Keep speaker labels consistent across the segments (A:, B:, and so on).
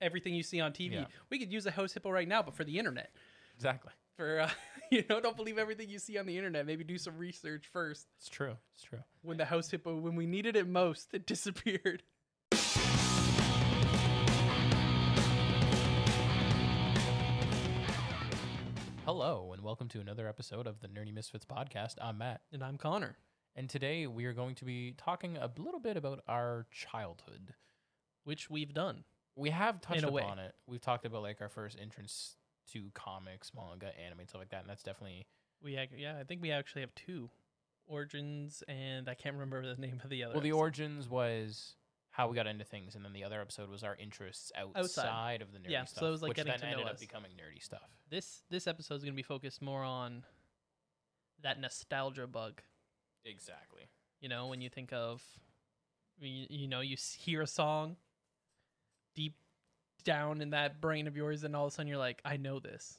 A: everything you see on TV.
B: Yeah.
A: We could use a host hippo right now, but for the internet.
B: Exactly.
A: For uh, you know, don't believe everything you see on the internet. Maybe do some research first.
B: It's true. It's true.
A: When the host hippo, when we needed it most, it disappeared.
B: Hello, and welcome to another episode of the Nerdy Misfits podcast. I'm Matt,
A: And I'm Connor.
B: and today we are going to be talking a little bit about our childhood.
A: Which we've done.
B: We have touched
A: In a way.
B: upon it. We've talked about like our first entrance to comics, manga, anime, and stuff like that, and that's definitely
A: We ac- yeah, I think we actually have two origins, and I can't remember the name of the other.
B: well. The
A: episode.
B: origins was how we got into things, and then the other episode was our interests outside, of the nerdy
A: Yeah, so
B: stuff,
A: it was like
B: which
A: getting
B: then
A: to know
B: ended
A: us.
B: up becoming nerdy stuff.
A: this this episode is going to be focused more on that nostalgia bug.
B: Exactly.
A: You know, when you think of, I mean, you, you know, you s- hear a song deep down in that brain of yours, and all of a sudden you're like, I know this.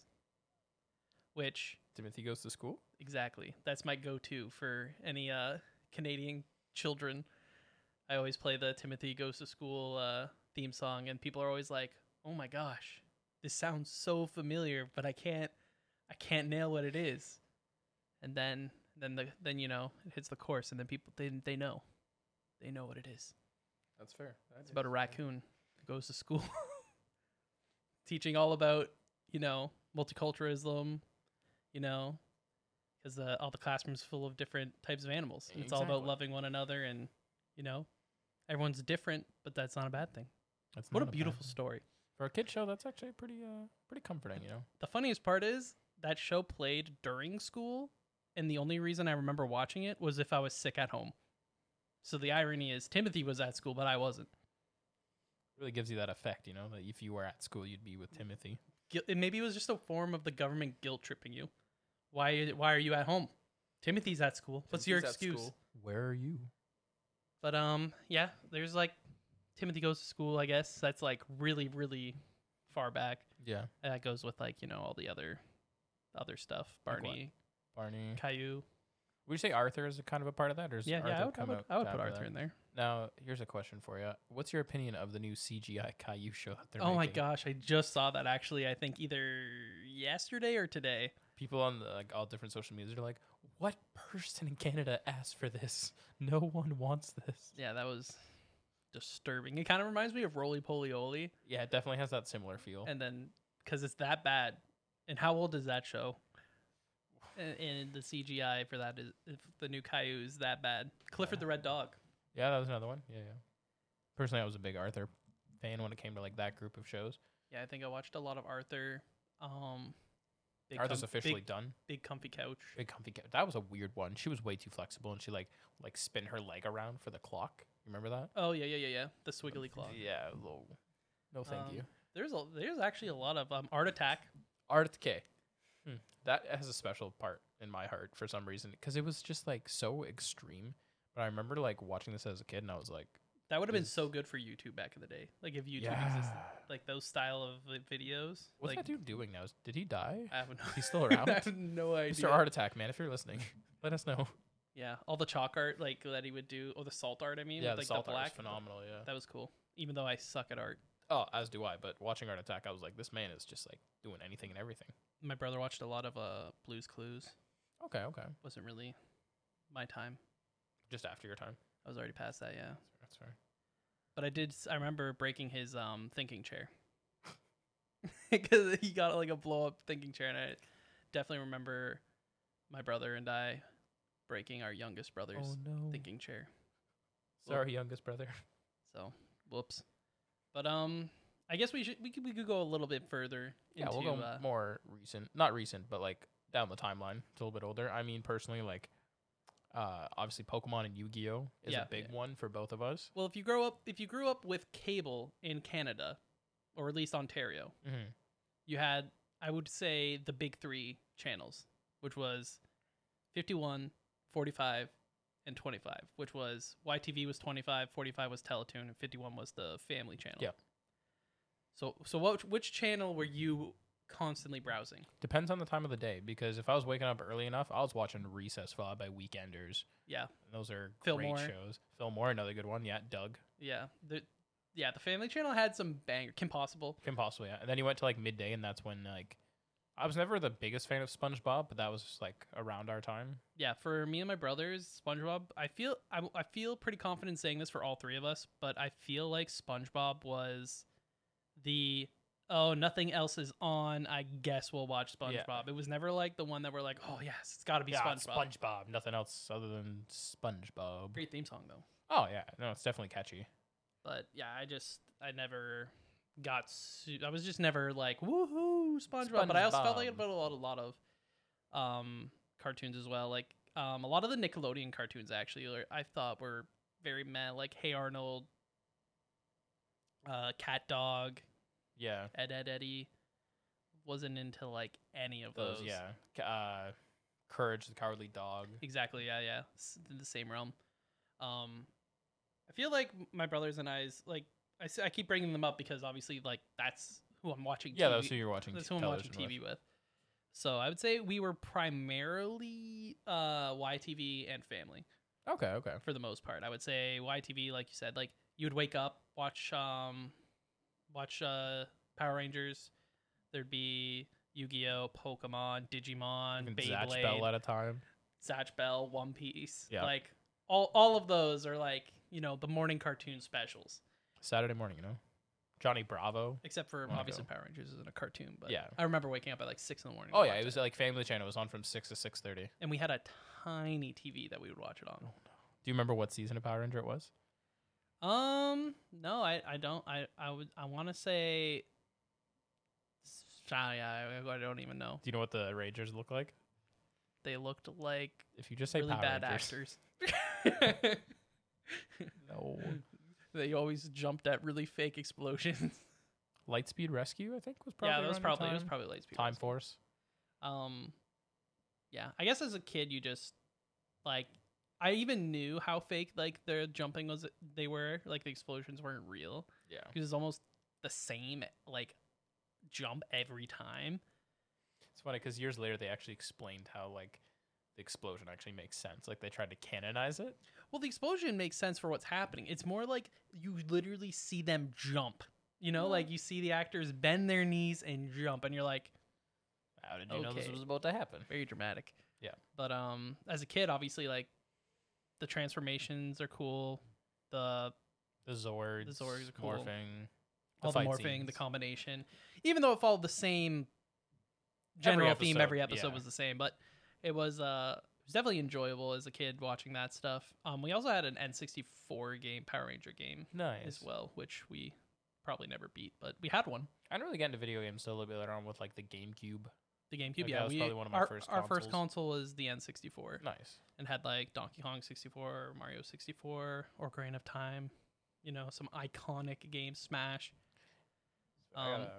A: Which
B: Timothy goes to school.
A: exactly, that's my go-to for any uh, Canadian children. I always play the Timothy Goes to School uh, theme song, and people are always like, "Oh my gosh, this sounds so familiar, but I can't, I can't nail what it is." And then, then the then you know it hits the course, and then people they they know, they know what it is.
B: That's fair. That's
A: It's about a raccoon that goes to school, teaching all about you know multiculturalism, you know, because uh, all the classrooms full of different types of animals, and it's all about
B: Exactly.
A: loving one another, and you know, everyone's different, but that's not a bad thing.
B: That's
A: What a
B: not bad-
A: beautiful story.
B: for a kid show. That's actually pretty uh pretty comforting, you know.
A: The funniest part is that show played during school, and the only reason I remember watching it was if I was sick at home. So the irony is Timothy was at school, but I wasn't.
B: really gives you that effect, you know, that if you were at school, you'd be with Timothy.
A: Guil- and maybe it was just a form of the government guilt tripping you. Why? Why are you at home? Timothy's at school. What's your excuse?
B: Where are you?
A: But um, yeah, there's like Timothy goes to school. I guess that's like really, really far back.
B: Yeah,
A: And that goes with like you know all the other, other stuff.
B: Like what?
A: Barney,
B: Barney.
A: Caillou.
B: Would you say Arthur is a kind of a part of that, or is
A: Yeah,
B: Arthur
A: yeah. I would, I
B: come
A: would,
B: out
A: I would put
B: after
A: Arthur
B: that?
A: in there.
B: Now, here's a question for you: What's your opinion of the new CGI Caillou show that they're?
A: Oh my
B: making?
A: gosh, I just saw that actually. I think either yesterday or today.
B: People on the, like all different social medias are like, "What person in Canada asked for this? No one wants this."
A: Yeah, that was disturbing. It kind of reminds me of Roly Poly Oly.
B: Yeah, it definitely has that similar feel.
A: and then because it's that bad and how old is that show and, and the cgi for that is if the new caillou is that bad clifford the red dog
B: yeah, that was another one. Yeah, yeah. Personally, I was a big Arthur fan when it came to like that group of shows.
A: yeah i think i watched a lot of arthur um big
B: Arthur's
A: com-
B: officially
A: big,
B: done.
A: big comfy couch
B: big comfy couch. That was a weird one. She was way too flexible, and she like like spin her leg around for the clock. You remember that?
A: oh yeah yeah yeah yeah the swiggly claw
B: Yeah. Low. No, thank
A: Um,
B: you.
A: there's a there's actually a lot of um art attack
B: Art K. Hmm. That has a special part in my heart for some reason because it was just like so extreme. But I remember like watching this as a kid, and I was like,
A: that would have been so good for youtube back in the day like if youtube existed
B: Yeah.
A: like those style of uh, videos like
B: "What's that dude doing now? Did he die?
A: i have no
B: He's still around?
A: i have no idea
B: Mr. Art Attack, man. If you're listening, let us know."
A: Yeah, all the chalk art like that he would do, or the salt art. I mean,
B: Yeah,
A: with,
B: the
A: like
B: salt
A: the
B: art
A: black.
B: is phenomenal. Yeah.
A: That was cool. Even though I suck at art,
B: Oh, as do I. But watching Art Attack, I was like, this man is just like doing anything and everything.
A: my brother watched a lot of uh Blue's Clues.
B: Okay, okay.
A: wasn't really my time.
B: Just after your time.
A: I was already past that. Yeah,
B: That's fair.
A: but I did. s- I remember breaking his um thinking chair because he got like a blow up thinking chair, and I definitely remember my brother and I breaking our youngest brother's
B: Oh, no.
A: thinking chair.
B: Sorry, youngest brother.
A: So whoops. But um, I guess we should we could we could go a little bit further.
B: Yeah,
A: into,
B: we'll go
A: uh,
B: more recent. Not recent, but like down the timeline. It's a little bit older. I mean, personally, like uh obviously Pokemon and Yu-Gi-Oh is
A: Yeah,
B: a big
A: yeah.
B: one for both of us.
A: Well, if you grow up, if you grew up with cable in Canada, or at least Ontario,
B: Mhm.
A: you had, I would say, the big three channels, which was 51, 45, and 25, which was YTV was 25, 45 was Teletoon, and 51 was the family channel.
B: Yeah.
A: So, so what, which channel were you constantly browsing?
B: Depends on the time of the day because if I was waking up early enough, I was watching Recess followed by Weekenders.
A: Yeah.
B: And those are
A: Fillmore.
B: great shows. Fillmore, another good one. Yeah, Doug.
A: Yeah. The, yeah, the Family Channel had some banger. Kim Possible.
B: Kim Possible, yeah. And then he went to like midday, and that's when like I was never the biggest fan of SpongeBob, but that was just like around our time.
A: Yeah, for me and my brothers, SpongeBob. I feel I, I feel pretty confident saying this for all three of us, but I feel like SpongeBob was the oh nothing else is on. I guess we'll watch SpongeBob.
B: Yeah.
A: It was never like the one that we're like oh yes it's got to be
B: yeah,
A: SpongeBob.
B: SpongeBob. Nothing else other than SpongeBob.
A: Great theme song though.
B: Oh yeah, no, it's definitely catchy.
A: But yeah, I just I never got su- I was just never like woohoo SpongeBob, but I also felt like
B: SpongeBob.
A: about a lot a lot of um cartoons as well. Like um a lot of the Nickelodeon cartoons actually are, I thought were very meh, like Hey Arnold, uh Cat Dog,
B: Yeah,
A: Ed Ed Eddie. Wasn't into like any of
B: those.
A: those.
B: Yeah, C- uh, Courage the Cowardly Dog.
A: Exactly. Yeah, yeah. S- in the same realm. Um, I feel like my brothers and I's like I, s- I keep bringing them up because obviously like that's who I'm watching.
B: Yeah,
A: TV.
B: that's who you're watching.
A: that's
B: t-
A: who I'm watching
B: television
A: TV with. So I would say we were primarily uh YTV and family
B: with. Okay, okay.
A: for the most part. I would say YTV, like you said, like you would wake up, watch um, watch uh Power Rangers. There'd be Yu-Gi-Oh, Pokemon, Digimon,
B: And
A: Beyblade.
B: Zatch Bell at a time.
A: Zatch Bell, One Piece.
B: Yeah.
A: Like all all of those are like, you know, the morning cartoon specials.
B: Saturday morning, you know. Johnny Bravo.
A: Except for
B: Wanna
A: obviously
B: go.
A: Power Rangers isn't a cartoon, but
B: Yeah.
A: I remember waking up at like six in the morning. to
B: Oh yeah,
A: watch
B: it was like Family Channel. It was on from six to six thirty.
A: and we had a tiny TV that we would watch it on.
B: Do you remember what season of Power Ranger it was?
A: Um, no, I, I don't I, I would I wanna say Ah, yeah, I, I don't even know.
B: Do you know what the Rangers look like?
A: They looked like
B: If you just say
A: really
B: Power
A: bad
B: Rangers.
A: actors.
B: No.
A: they always jumped at really fake explosions.
B: Lightspeed Rescue, I think, was probably.
A: yeah, that was
B: around that
A: probably it was
B: time.
A: probably Lightspeed.
B: Time
A: Rescue.
B: Force.
A: Um, yeah, I guess as a kid, you just like I even knew how fake like their jumping was. They were like the explosions weren't real
B: Yeah.
A: because it's almost the same like jump every time.
B: It's funny because years later they actually explained how like the explosion actually makes sense. Like they tried to canonize it.
A: Well, the explosion makes sense for what's happening. It's more like you literally see them jump. You know,
B: Yeah.
A: like you see the actors bend their knees and jump, and you're like,
B: How did you know this
A: Okay.
B: was about to happen?
A: very dramatic.
B: Yeah.
A: But um, as a kid, obviously, like the transformations are cool. The
B: The Zords.
A: Zords are cool.
B: morphing.
A: all the
B: fight
A: morphing, the
B: scenes.
A: combination. Even though it followed the same general theme,
B: episode,
A: every episode
B: yeah.
A: was the same, but it was uh it was definitely enjoyable as a kid watching that stuff. Um, we also had an N64 game, Power Ranger game
B: Nice.
A: as well, which we probably never beat, but we had one.
B: I didn't really get into video games till a little bit later on with like the GameCube.
A: The GameCube,
B: Like,
A: yeah,
B: that was
A: we,
B: probably one of my
A: our,
B: first
A: our first
B: consoles.
A: console was the N64,
B: Nice.
A: and had like Donkey Kong 64, Mario 64, Ocarina of Time, you know, some iconic games, Smash.
B: I,
A: Um,
B: gotta-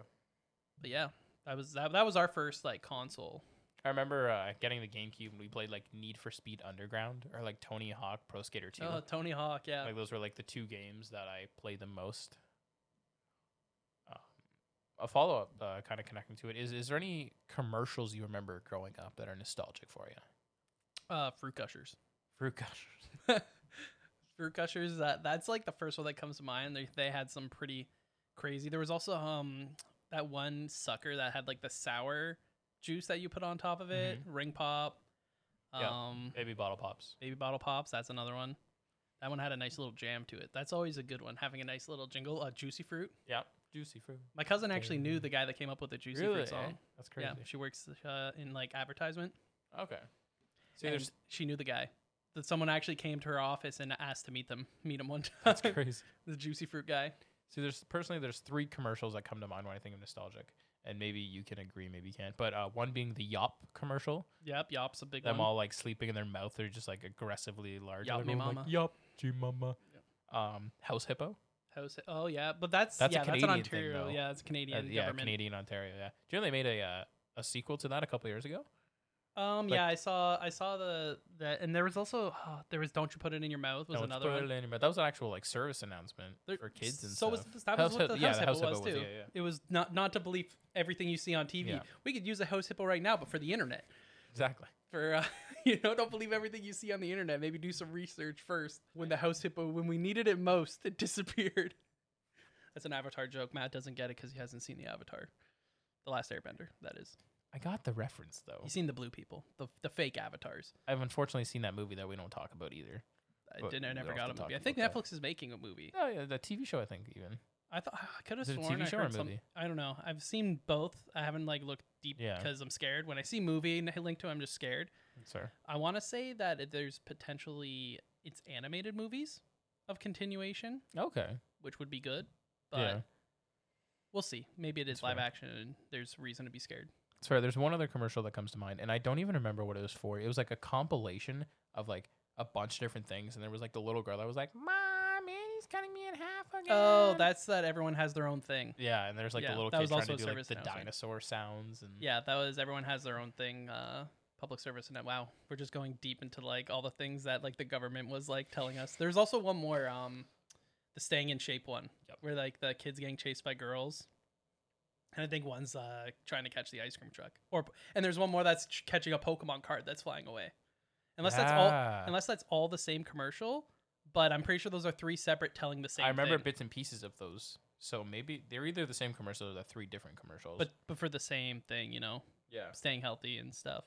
A: But yeah, that was that, that was our first like console.
B: I remember uh, getting the GameCube and we played like Need for Speed Underground or like Tony Hawk Pro Skater 2.
A: Oh, Tony Hawk, yeah.
B: Like those were like the two games that I played the most. Um, a follow up, uh, kind of connecting to it, is is there any commercials you remember growing up that are nostalgic for you?
A: uh fruit gushers
B: Fruit gushers.
A: fruit gushers that that's like the first one that comes to mind they, they had some pretty crazy there was also um that one sucker that had like the sour juice that you put on top of it ring pop
B: Mm-hmm. Yeah.
A: um
B: Baby bottle pops.
A: baby bottle pops that's another one that one had a nice little jam to it that's always a good one having a nice little jingle uh, juicy fruit
B: Yeah. Juicy fruit.
A: my cousin actually knew the guy that came up with the juicy fruit song
B: That's crazy.
A: yeah she works uh, in like advertisement
B: Okay. See,
A: and
B: there's
A: she knew the guy. That someone actually came to her office and asked to meet them, meet him one time.
B: that's crazy.
A: the juicy fruit guy.
B: See, there's personally there's three commercials that come to mind when I think of nostalgic, and maybe you can agree, maybe you can't. But uh, one being the Yop commercial,
A: Yep, yop's a big
B: them
A: one.
B: all like sleeping in their mouth, they're just like aggressively large.
A: Yop
B: They're
A: me
B: going like,
A: mama.
B: Yop, gee mama. Um, House Hippo.
A: House- oh yeah, but that's
B: That's a
A: yeah, that's an
B: Canadian thing,
A: Ontario.
B: though.
A: yeah, it's
B: Uh,
A: Canadian
B: yeah,
A: government.
B: Canadian Ontario. Yeah, do you know they made a uh, a sequel to that a couple years ago?
A: Um,
B: Like-
A: yeah, I saw I saw the that, and there was also oh, there was don't you put it in your mouth was
B: No, it's
A: another one.
B: Berlin, but that was an actual like service announcement
A: There-
B: for kids and
A: so
B: stuff.
A: was that was
B: House
A: what
B: Hip-
A: the
B: yeah,
A: house
B: the
A: hippo
B: House Hippo
A: was
B: was-
A: too.
B: yeah, yeah.
A: It was not not to believe everything you see on TV.
B: Yeah.
A: We could use a house hippo right now, but for the internet,
B: exactly.
A: for uh, you know don't believe everything you see on the internet maybe do some research first when the house hippo when we needed it most it disappeared That's an Avatar joke. Matt doesn't get it because he hasn't seen the Avatar, the Last Airbender. That is.
B: I got the reference though.
A: He's seen the blue people, the the fake avatars.
B: I've unfortunately seen that movie that we don't talk about either.
A: I
B: But
A: didn't. I
B: we
A: never
B: don't
A: got a
B: have to
A: movie. I
B: talk
A: think
B: about that.
A: Netflix is making a movie.
B: Oh yeah, the TV show I think even.
A: I thought I could have
B: Is it a
A: sworn
B: TV
A: I
B: show or a
A: heard some-
B: movie?
A: I don't know. I've seen both. I haven't like looked deep
B: Yeah.
A: because I'm scared. When I see movie and I link to, it, I'm just scared.
B: Sorry.
A: I want to say that it- there's potentially it's animated movies of continuation,
B: Okay.
A: which would be good, but
B: yeah.
A: we'll see. Maybe it is
B: That's
A: live
B: fair.
A: action and there's reason to be scared.
B: Sorry, there's one other commercial that comes to mind, and I don't even remember what it was for. It was like a compilation of like a bunch of different things, and there was like the little girl that was like, "Mom, Annie's cutting me in half again."
A: Oh, that's that everyone has their own thing.
B: Yeah, and there's like
A: Yeah,
B: the little
A: that
B: kid
A: was
B: trying
A: also
B: to
A: a
B: do like
A: service
B: the
A: announcement.
B: dinosaur sounds and
A: Yeah, that was everyone has their own thing. Uh, public service and wow, we're just going deep into like all the things that like the government was like telling us. There's also one more, um, the staying in shape one,
B: Yep.
A: where like the kids getting chased by girls, and I think one's uh trying to catch the ice cream truck, or and there's one more that's ch- catching a Pokemon card that's flying away. Unless that's all,
B: Yeah.
A: unless that's all the same commercial, but I'm pretty sure those are three separate telling the same.
B: I remember
A: thing,
B: bits and pieces of those. So maybe they're either the same commercial or they're three different commercials.
A: but but for the same thing, you know.
B: yeah,
A: staying healthy and stuff.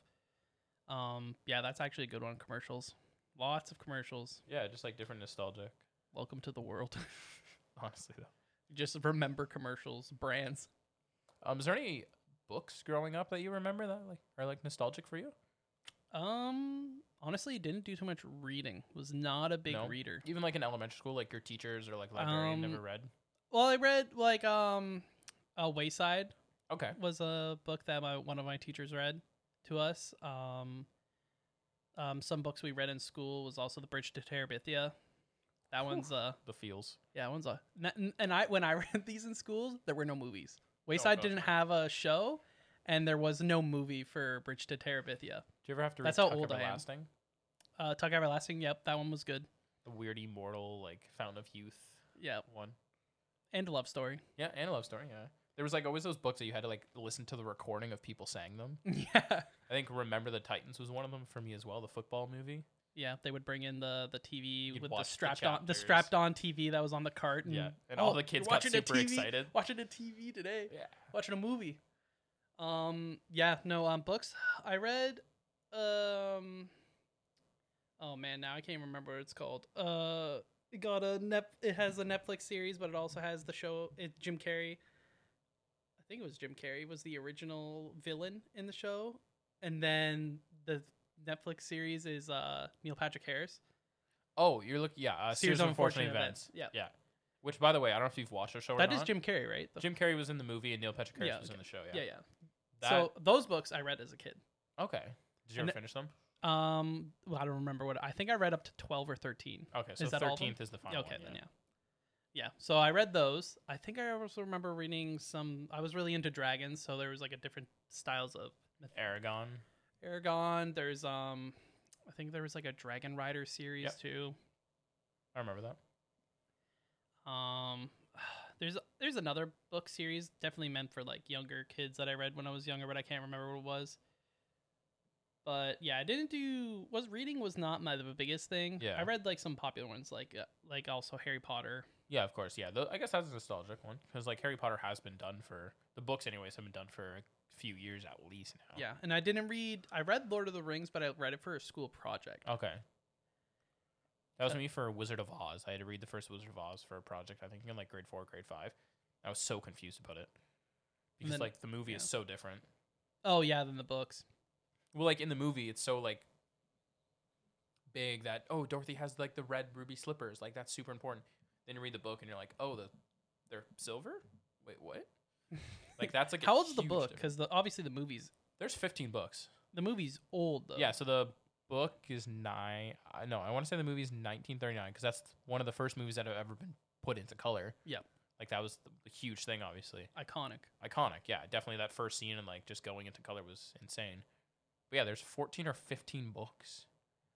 A: Um, yeah, that's actually a good one. Commercials, lots of commercials.
B: yeah, just like different nostalgic.
A: Welcome to the world.
B: Honestly, though,
A: Just remember commercials, brands.
B: um, is there any books growing up that you remember that like are like nostalgic for you?
A: Um, honestly, didn't do too much reading. Was not a big
B: No.
A: reader.
B: Even like in elementary school, like your teachers or like librarian never
A: Um,
B: read.
A: Well, I read like um, uh, Wayside
B: Okay,
A: was a book that my one of my teachers read to us. Um, um, some books we read in school was also The Bridge to Terabithia. That one's uh
B: the feels.
A: Yeah, one's a n- and I when I read these in schools, there were no movies. Wayside
B: gosh,
A: didn't
B: no.
A: have a show, and there was no movie for Bridge to Terabithia.
B: Do you ever have to read
A: That's how
B: Tuck
A: old I am.
B: Everlasting?
A: Uh, Tuck Everlasting, yep, that one was good.
B: The weird immortal like fountain of youth
A: Yep,
B: one.
A: and Love Story.
B: Yeah, and a love story. Yeah, there was like always those books that you had to like listen to the recording of people saying them.
A: yeah,
B: I think Remember the Titans was one of them for me as well. The football movie.
A: yeah, they would bring in the the TV
B: You'd
A: with
B: watch
A: the
B: the
A: strapped on the
B: chapters.
A: strapped on TV that was on the cart. And,
B: Yeah, and
A: Mm.
B: all the
A: Oh, you're
B: kids got
A: watching a Oh.
B: super
A: TV
B: excited.
A: Watching a TV today,
B: Yeah.
A: watching a movie. Um, yeah, no, um, books I read. Um, oh man, now I can't remember what it's called. Uh, it got a net. It has a Netflix series, but it also has the show. It Jim Carrey. I think it was Jim Carrey was the original villain in the show, and then the Netflix series is uh Neil Patrick Harris.
B: Oh, you're looking. Yeah, uh,
A: Series
B: series
A: of
B: of unfortunate,
A: Unfortunate
B: events.
A: Events,
B: yeah. Which, by the way, I don't know if you've watched the show.
A: That
B: or
A: is
B: not.
A: Jim Carrey, right? The-
B: Jim Carrey was in the movie, and Neil Patrick Harris
A: Yeah,
B: was in the show.
A: yeah,
B: Yeah.
A: yeah.
B: That,
A: So those books I read as a kid.
B: okay. Did you
A: and
B: ever finish them?
A: Um, well, I don't remember what I think. I read up to twelve or thirteen.
B: Okay, so
A: is that all of them?
B: thirteenth is the final.
A: okay,
B: one,
A: then yeah. yeah, So I read those. I think I also remember reading some. I was really into dragons, so there was like a different styles of myth-
B: Aragon.
A: Aragon. There's um, I think there was like a Dragon Rider series
B: Yep.
A: too.
B: I remember that.
A: Um, there's there's another book series definitely meant for like younger kids that I read when I was younger, but I can't remember what it was. But yeah, I didn't do was reading was not my the biggest thing.
B: Yeah.
A: I read like some popular ones like uh, like also Harry Potter.
B: Yeah, of course. Yeah, tho- I guess that's a nostalgic one because like Harry Potter has been done for the books, anyways, have been done for a few years at least now.
A: Yeah, and I didn't read. I read Lord of the Rings, but I read it for a school project.
B: Okay. That was
A: Uh,
B: me for Wizard of Oz. I had to read the first Wizard of Oz for a project. I think in like grade four, grade five. I was so confused about it because
A: then-
B: like the movie is
A: yeah.
B: so different.
A: Oh yeah, than the books.
B: Well, like in the movie, it's so like big that oh, Dorothy has like the red ruby slippers, like that's super important. Then you read the book and you're like, oh, the they're silver. Wait, what? Like that's like a
A: How old's the
B: huge
A: book?
B: difference.
A: Because the obviously the movies
B: There's 15 books.
A: the movie's old though.
B: Yeah, so the book is nine. I no, I want to say the movie's 1939 because that's one of the first movies that have ever been put into color.
A: Yep.
B: like that was the, the huge thing, obviously
A: iconic.
B: iconic. Yeah, definitely that first scene and like just going into color was insane. But yeah, there's 14 or 15 books,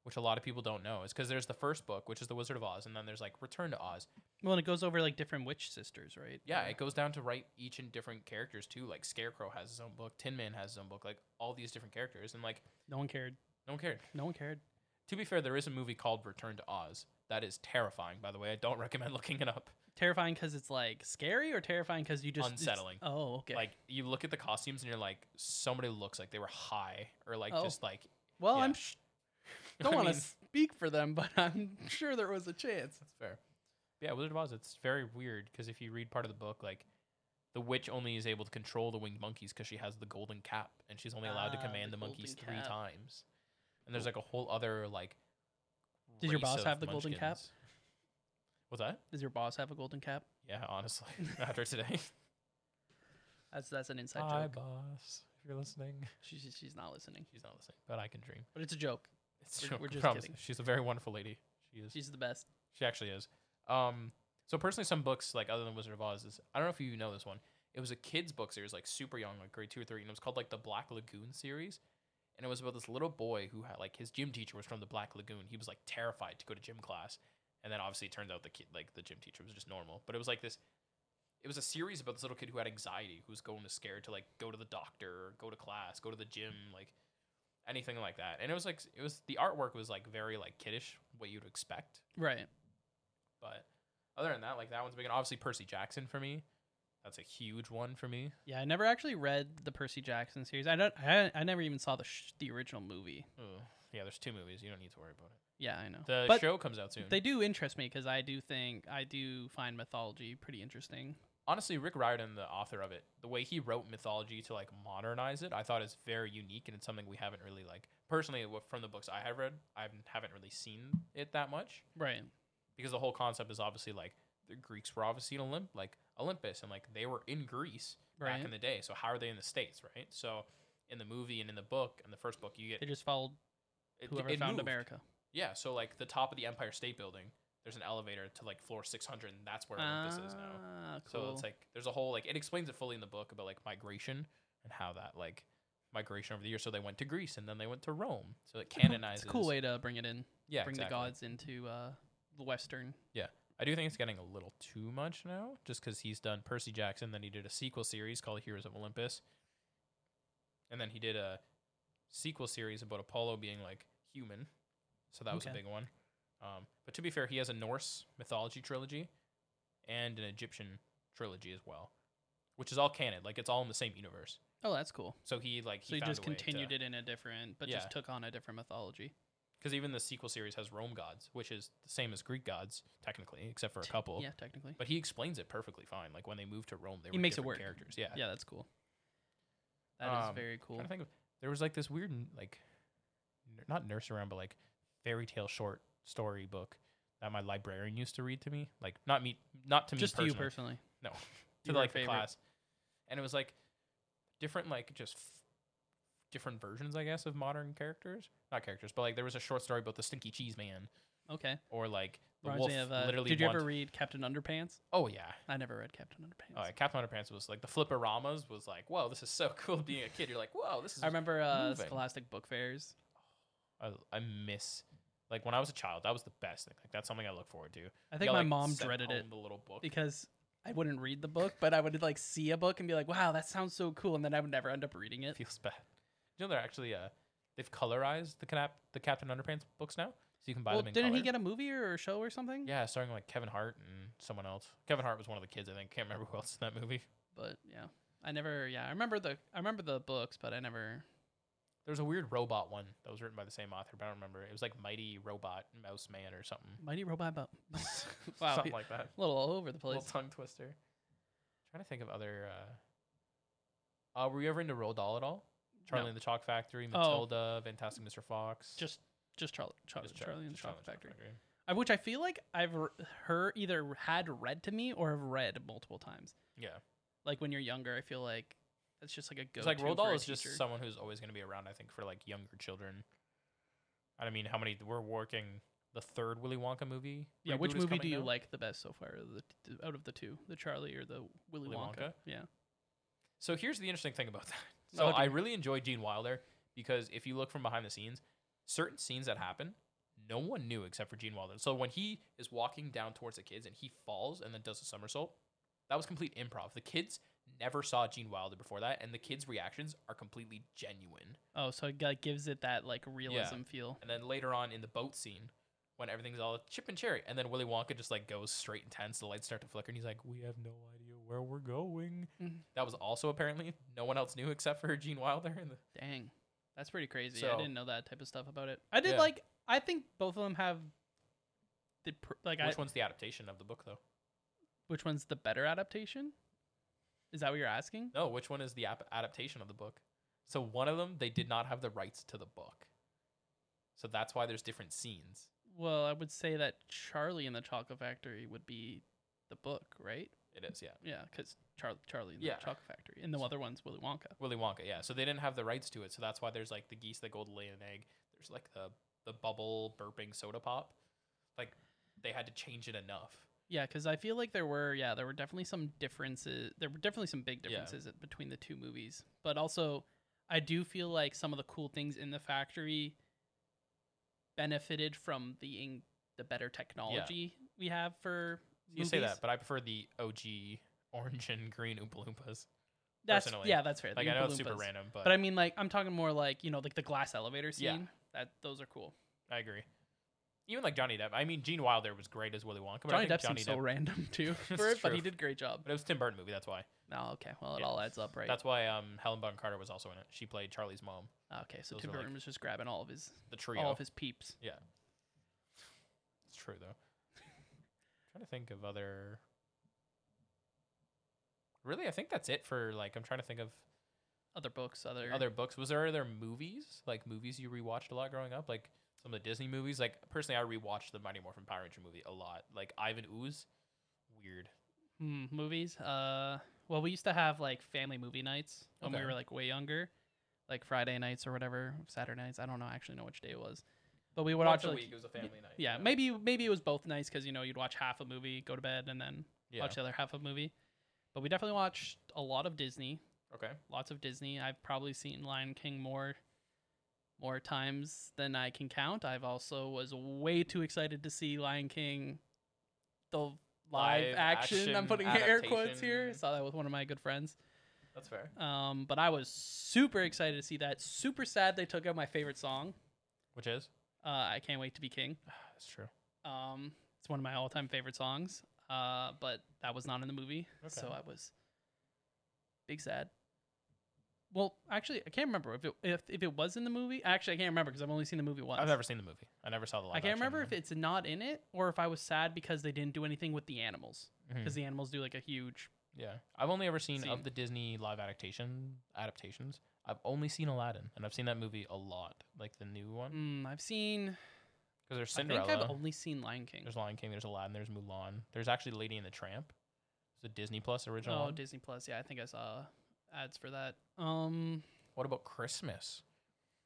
B: which a lot of people don't know, is because there's the first book, which is The Wizard of Oz, and then there's like Return to Oz.
A: Well, and it goes over like different witch sisters, right?
B: Yeah,
A: Or-
B: it goes down to write each and different characters too. Like Scarecrow has his own book, Tin Man has his own book, like all these different characters, and like
A: no one cared.
B: no one cared.
A: No one cared.
B: To be fair, there is a movie called Return to Oz that is terrifying. By the way, I don't recommend looking it up.
A: Terrifying because it's like scary, or terrifying because you just it's-
B: Unsettling.
A: oh, okay.
B: Like you look at the costumes and you're like, somebody looks like they were high or like
A: Oh.
B: just like
A: well,
B: yeah.
A: I'm sh- don't
B: I
A: want to
B: mean-
A: speak for them, but I'm sure there was a chance.
B: That's fair. Yeah, Wizard of Oz. It's very weird because if you read part of the book, like the witch only is able to control the winged monkeys because she has the golden cap, and she's only allowed to
A: Ah,
B: command
A: the
B: the, monkeys
A: golden
B: three
A: cap.
B: times. And there's like a whole other like.
A: Did your
B: race
A: boss
B: of
A: have the golden cap?
B: munchkins. What's that?
A: Does your boss have a golden cap?
B: Yeah, honestly, after today.
A: That's that's an inside
B: Hi,
A: joke.
B: boss. If you're listening,
A: She, she- she's not listening,
B: she's not listening, but I can dream.
A: but it's a joke.
B: It's
A: We're-
B: true.
A: we're
B: I
A: just
B: promise.
A: kidding.
B: She's a very wonderful lady. She is.
A: She's the best.
B: She actually is. Um, so personally, some books like other than Wizard of Oz is I don't know if you know this one. It was a kids book series, like super young, like grade two or three, and it was called like the Black Lagoon series. And it was about this little boy who had like his gym teacher was from the Black Lagoon. He was like terrified to go to gym class, and then obviously it turns out the kid like the gym teacher was just normal. But it was like this. It was a series about this little kid who had anxiety, who was going to scared to like go to the doctor, or go to class, go to the gym, like anything like that. And it was like it was the artwork was like very like kiddish, what you'd expect.
A: Right.
B: But other than that, like that one's big. And obviously Percy Jackson for me. That's a huge one for me.
A: Yeah, I never actually read the Percy Jackson series. I don't. I, I never even saw the sh- the original movie.
B: Ugh. Yeah, there's two movies. You don't need to worry about it.
A: Yeah, I know.
B: The
A: but
B: show comes out soon.
A: they do interest me because I do think I do find mythology pretty interesting.
B: Honestly, Rick Riordan, the author of it, the way he wrote mythology to like modernize it, I thought is very unique and it's something we haven't really like personally what- from the books I have read, I haven't- haven't really seen it that much
A: Right.
B: because the whole concept is obviously like the Greeks were obviously in Olymp like Olympus and like they were in Greece
A: Right.
B: back in the day. So how are they in the states, right? So in the movie and in the book, in the first book, you get
A: They just followed
B: it-
A: whoever
B: it
A: found
B: moved.
A: America.
B: Yeah, so like the top of the Empire State Building, there's an elevator to like floor 600, and that's where Olympus is now.
A: Ah,
B: So
A: cool.
B: it's like there's a whole like it explains it fully in the book about like migration and how that like migration over the years. So they went to Greece and then they went to Rome. So it canonizes.
A: It's a cool way to bring it in.
B: Yeah,
A: bring
B: exactly.
A: the gods into uh, the Western.
B: I do think it's getting a little too much now, just because he's done Percy Jackson, then he did a sequel series called Heroes of Olympus, and then he did a sequel series about Apollo being like human, so that was a
A: Okay.
B: big one. Um, but to be fair, he has a Norse mythology trilogy and an Egyptian trilogy as well, which is all canon, like it's all in the same universe.
A: Oh, that's cool.
B: So he like he
A: So you
B: found
A: just
B: a way
A: continued
B: to,
A: it in a different, but
B: Yeah.
A: just took on a different mythology.
B: because even the sequel series has Rome gods, which is the same as Greek gods technically, except for a couple.
A: Yeah, technically.
B: But he explains it perfectly fine. Like when they moved to Rome, they
A: He
B: were
A: makes it
B: different
A: work.
B: characters. Yeah.
A: yeah, that's cool. That is
B: Um,
A: very cool.
B: Trying to think of, there was like this weird n- like n- not nurse around, but like fairy tale short story book that my librarian used to read to me. Like not me, not to
A: Just to
B: me
A: you
B: personally,
A: personally.
B: no,
A: You
B: to
A: were a
B: like the
A: favorite.
B: class. And it was like different, like just f- different versions, I guess, of modern characters. Not characters, but like there was a short story about the Stinky Cheese Man
A: Okay.
B: or like the
A: Reminds
B: wolf.
A: me of. Uh,
B: literally,
A: did you
B: want-
A: ever read Captain Underpants?
B: Oh yeah,
A: I never read Captain Underpants.
B: Oh, yeah, Captain Underpants was like the flipporamas was like, whoa, this is so cool. Being a kid, you're like, whoa, this is.
A: I remember uh,
B: moving.
A: Scholastic Book Fairs.
B: I, I miss like when I was a child, that was the best thing. Like that's something I look forward to.
A: I think my mom dreaded it
B: The little book.
A: because I wouldn't read the book, but I would like see a book and be like, "Wow, that sounds so cool," and then I would never end up reading it.
B: It feels bad. You know they're actually uh they've colorized the cap the Captain Underpants books now, so you can buy
A: Well,
B: them in
A: didn't
B: color.
A: he get a movie or a show or something?
B: yeah, starting like Kevin Hart and someone else. Kevin Hart was one of the kids, I think. Can't remember who else in that movie.
A: But yeah, I never. Yeah, I remember the I remember the books, but I never.
B: There was a weird robot one that was written by the same author, but I don't remember. It was like Mighty Robot Mouse Man or something.
A: Mighty Robot Bo- wow,
B: something
A: he-
B: like that.
A: a little all over the place.
B: Little tongue twister. trying to think of other. Uh, uh, were you ever into Roald Dahl at all? Charlie
A: No.
B: and the Chalk Factory,
A: Oh.
B: Matilda, Fantastic Mr. Fox.
A: Just just Charlie, Charlie,
B: Just Char-
A: Charlie and the
B: just
A: Chocolate
B: Charlie
A: Factory,
B: and the Chocolate
A: I, which I feel like I've r- her either had read to me or have read multiple times.
B: Yeah,
A: Like when you're younger, I feel like that's just like a go.
B: it's like Roald Dahl is just
A: some.
B: someone who's always going to be around. I think for like younger children. I don't mean, how many we're working the third Willy Wonka movie?
A: Yeah,
B: reboot
A: which
B: is
A: movie
B: coming
A: do you
B: now.
A: like the best so far? The, t- out of the two, the Charlie or the Willy,
B: Willy
A: Wonka?
B: Wonka?
A: Yeah,
B: So here's the interesting thing about that. So
A: Oh,
B: I
A: dear.
B: really enjoy Gene Wilder because if you look from behind the scenes, certain scenes that happen, no one knew except for Gene Wilder. So when he is walking down towards the kids and he falls and then does a somersault, that was complete improv. The kids never saw Gene Wilder before that, and the kids' reactions are completely genuine.
A: Oh, so it like, gives it that like realism feel.
B: And then later on in the boat scene, when everything's all chip and cherry, and then Willy Wonka just like goes straight intense. The lights start to flicker, and he's like, "We have no idea where we're going."
A: Mhm.
B: That was also apparently no one else knew except for Gene Wilder and the
A: Dang, that's pretty crazy. I
B: So-
A: didn't know that type of stuff about it. I did
B: Yeah.
A: like. I think both of them have. The pr- like
B: Which
A: I,
B: one's the adaptation of the book, though?
A: which one's the better adaptation? Is that what you're asking?
B: No, which one is the ap- adaptation of the book? So one of them, they did not have the rights to the book, so that's why there's different scenes.
A: Well, I would say that Charlie and the Chocolate Factory would be the book, right?
B: It is, yeah.
A: Yeah, because Char- Charlie and
B: Yeah.
A: the Chocolate Factory, and the other one's Willy Wonka.
B: Willy Wonka, yeah. So they didn't have the rights to it, so that's why there's like the geese that go to lay an egg. There's like the the bubble burping soda pop. Like they had to change it enough.
A: Yeah, because I feel like there were yeah there were definitely some differences. There were definitely some big
B: Yeah.
A: differences at- between the two movies, but also I do feel like some of the cool things in the factory benefited from the in- the better technology we have for.
B: You say
A: movies.
B: that, but I prefer the OG orange and green Oompa Loompas.
A: That's
B: personally.
A: yeah, that's fair. the
B: Like I know
A: Oompa
B: it's super
A: Loompas.
B: random, but,
A: but I mean like I'm talking more like you know like the glass elevator scene.
B: Yeah.
A: That those are cool.
B: I, agree. Even like Johnny Depp. I mean, Gene Wilder was great as Willy Wonka, but
A: Johnny
B: I think
A: Depp
B: Johnny
A: seems so
B: Depp.
A: random too,
B: That's
A: for it, but he
B: true.
A: did a great job.
B: But it was a Tim Burton movie. That's why.
A: Oh, okay. Well, it
B: Yeah.
A: all adds up, right?
B: That's why um, Helen Bonham Carter was also in it. She played Charlie's mom,
A: okay. So
B: those
A: Tim
B: are, like,
A: Burton was just grabbing all of his
B: the trio.
A: all of his peeps.
B: It's true though. trying to think of other. Really, I think that's it for like. I'm trying to think of
A: Other books, other
B: other books. Was there other movies like movies you rewatched a lot growing up? Like some of the Disney movies. Like personally, I rewatched the Mighty Morphin Power Ranger movie a lot. Like Ivan Ooze, weird.
A: Hmm, movies. Uh, well, we used to have like family movie nights when we
B: Okay.
A: were like way younger, like Friday nights or whatever, Saturday nights. I don't know I actually know which day it was, but we would watch like
B: It was a night.
A: yeah, maybe maybe it was both nights because you know you'd watch half a movie, go to bed, and then
B: Yeah.
A: watch the other half of a movie. But we definitely watched a lot of Disney,
B: Okay.
A: lots of Disney. I've probably seen Lion King more more times than I can count. I've also was way too excited to see Lion King the live,
B: Live
A: action, I'm
B: action
A: putting air quotes here.
B: adaptation.
A: Saw that with one of my good friends.
B: That's fair.
A: Um, but I was super excited to see that. Super sad they took out my favorite song.
B: Which is?
A: Uh, I can't wait to be king.
B: That's true.
A: Um, it's one of my all-time favorite songs. Uh, but that was not in the movie, so
B: Okay.
A: I was big sad. Well, actually, I can't remember if it if, if it was in the movie. Actually, I can't remember because I've only seen the movie once.
B: I've never seen the movie. I never saw the. Live
A: I can't remember if it's not in it or if I was sad because they didn't do anything with the animals because
B: Hmm.
A: the animals do like a huge.
B: Yeah, I've only ever seen
A: Seen.
B: of the Disney live adaptation adaptations. I've only seen Aladdin, and I've seen that movie a lot, like the new one, because
A: Mm, I've seen.
B: there's
A: I
B: Cinderella,
A: think I've only seen Lion King.
B: there's Lion King, there's Aladdin, there's Mulan, there's actually Lady and the Tramp. It's a Disney Plus original.
A: Oh,
B: one.
A: Disney Plus. Yeah, I think I saw ads for that. Um,
B: what about Christmas?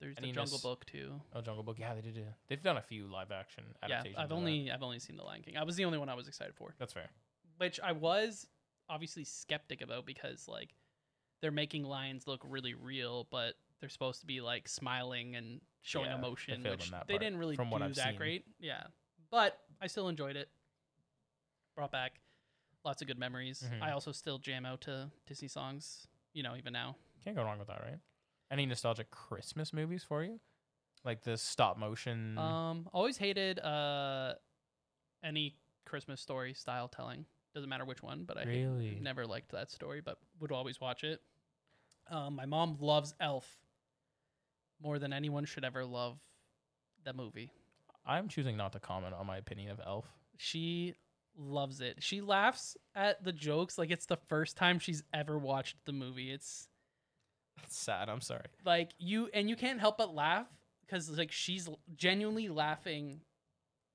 A: there's the
B: Any
A: Jungle
B: miss-
A: Book too.
B: Oh, Jungle Book. Yeah, they did. A, they've done a few live action
A: Yeah,
B: adaptations.
A: I've
B: of that.
A: only I've only seen the Lion King. I was the only one I was excited for,
B: That's fair.
A: which I was obviously skeptic about because like they're making lions look really real, but they're supposed to be like smiling and showing
B: Yeah, they
A: emotion,
B: failed
A: which
B: on that
A: they
B: part,
A: didn't really
B: from
A: do
B: what I've
A: that
B: seen.
A: great. Yeah, but I still enjoyed it. Brought back lots of good memories.
B: Mhm.
A: I also still jam out to Disney songs, you know, even now.
B: Can't go wrong with that, right? Any nostalgic Christmas movies for you? Like the stop motion.
A: Um, always hated uh any Christmas story style telling. Doesn't matter which one, but I hate-
B: really?
A: never liked that story, but would always watch it. Um, my mom loves Elf more than anyone should ever love the movie.
B: I'm choosing not to comment on my opinion of Elf.
A: She loves it. She laughs at the jokes like it's the first time she's ever watched the movie. It's
B: That's sad. I'm sorry.
A: like you and you can't help but laugh because like she's l- genuinely laughing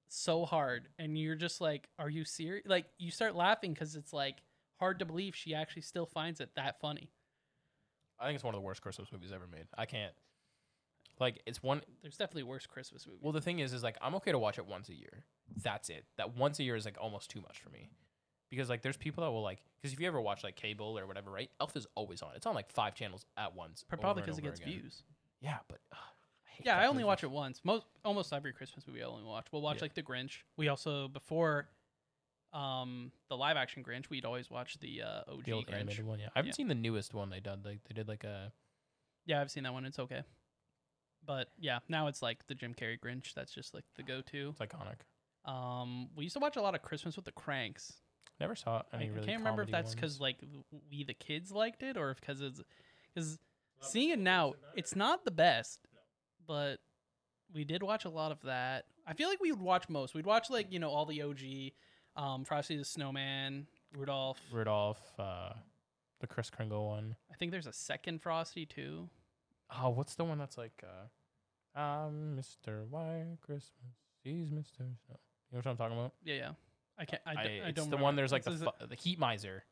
A: so hard and you're just like are you serious like you start laughing because it's like hard to believe she actually still finds it that funny
B: I think it's one of the worst Christmas movies ever made. I can't. Like it's one.
A: there's definitely worse christmas movies
B: Well, the thing is, is like I'm okay to watch it once a year. That's it. That once a year is like almost too much for me, because like there's people that will like because if you ever watch like cable or whatever, right? Elf is always on. It's on like five channels at once.
A: Pro-
B: over
A: probably
B: and
A: because it
B: over
A: gets
B: again.
A: views
B: Yeah, but ugh, I hate
A: yeah
B: that
A: i only
B: movie.
A: watch it once most almost every christmas movie i only watch we'll watch
B: Yeah.
A: like the grinch we also before um the live action grinch we'd always watch the uh og
B: The old
A: grinch
B: animated one. Yeah, I haven't
A: Yeah.
B: seen the newest one they did. Like they did like a
A: yeah i've seen that one it's okay But yeah, now it's like the Jim Carrey Grinch. That's just like the go-to.
B: It's iconic.
A: Um, we used to watch a lot of Christmas with the Cranks.
B: Never saw
A: I,
B: any
A: I
B: really.
A: can't remember if
B: comedy
A: that's
B: ones.
A: because like w- we the kids liked it or if because it's because seeing it now, it's not the best, but we did watch a lot of that. I feel like we would watch most. We'd watch like you know all the OG, um, Frosty the Snowman, Rudolph.
B: Rudolph, uh, the Chris Kringle one.
A: I think there's a second Frosty too.
B: Oh, what's the one that's like, uh, I'm Mr. White Christmas. He's Mr. Snow. You know what I'm talking about?
A: Yeah, yeah. I can't. I, d- I
B: it's
A: don't.
B: the
A: remember.
B: one. There's like the,
A: It's-
B: fu- the Heat Miser.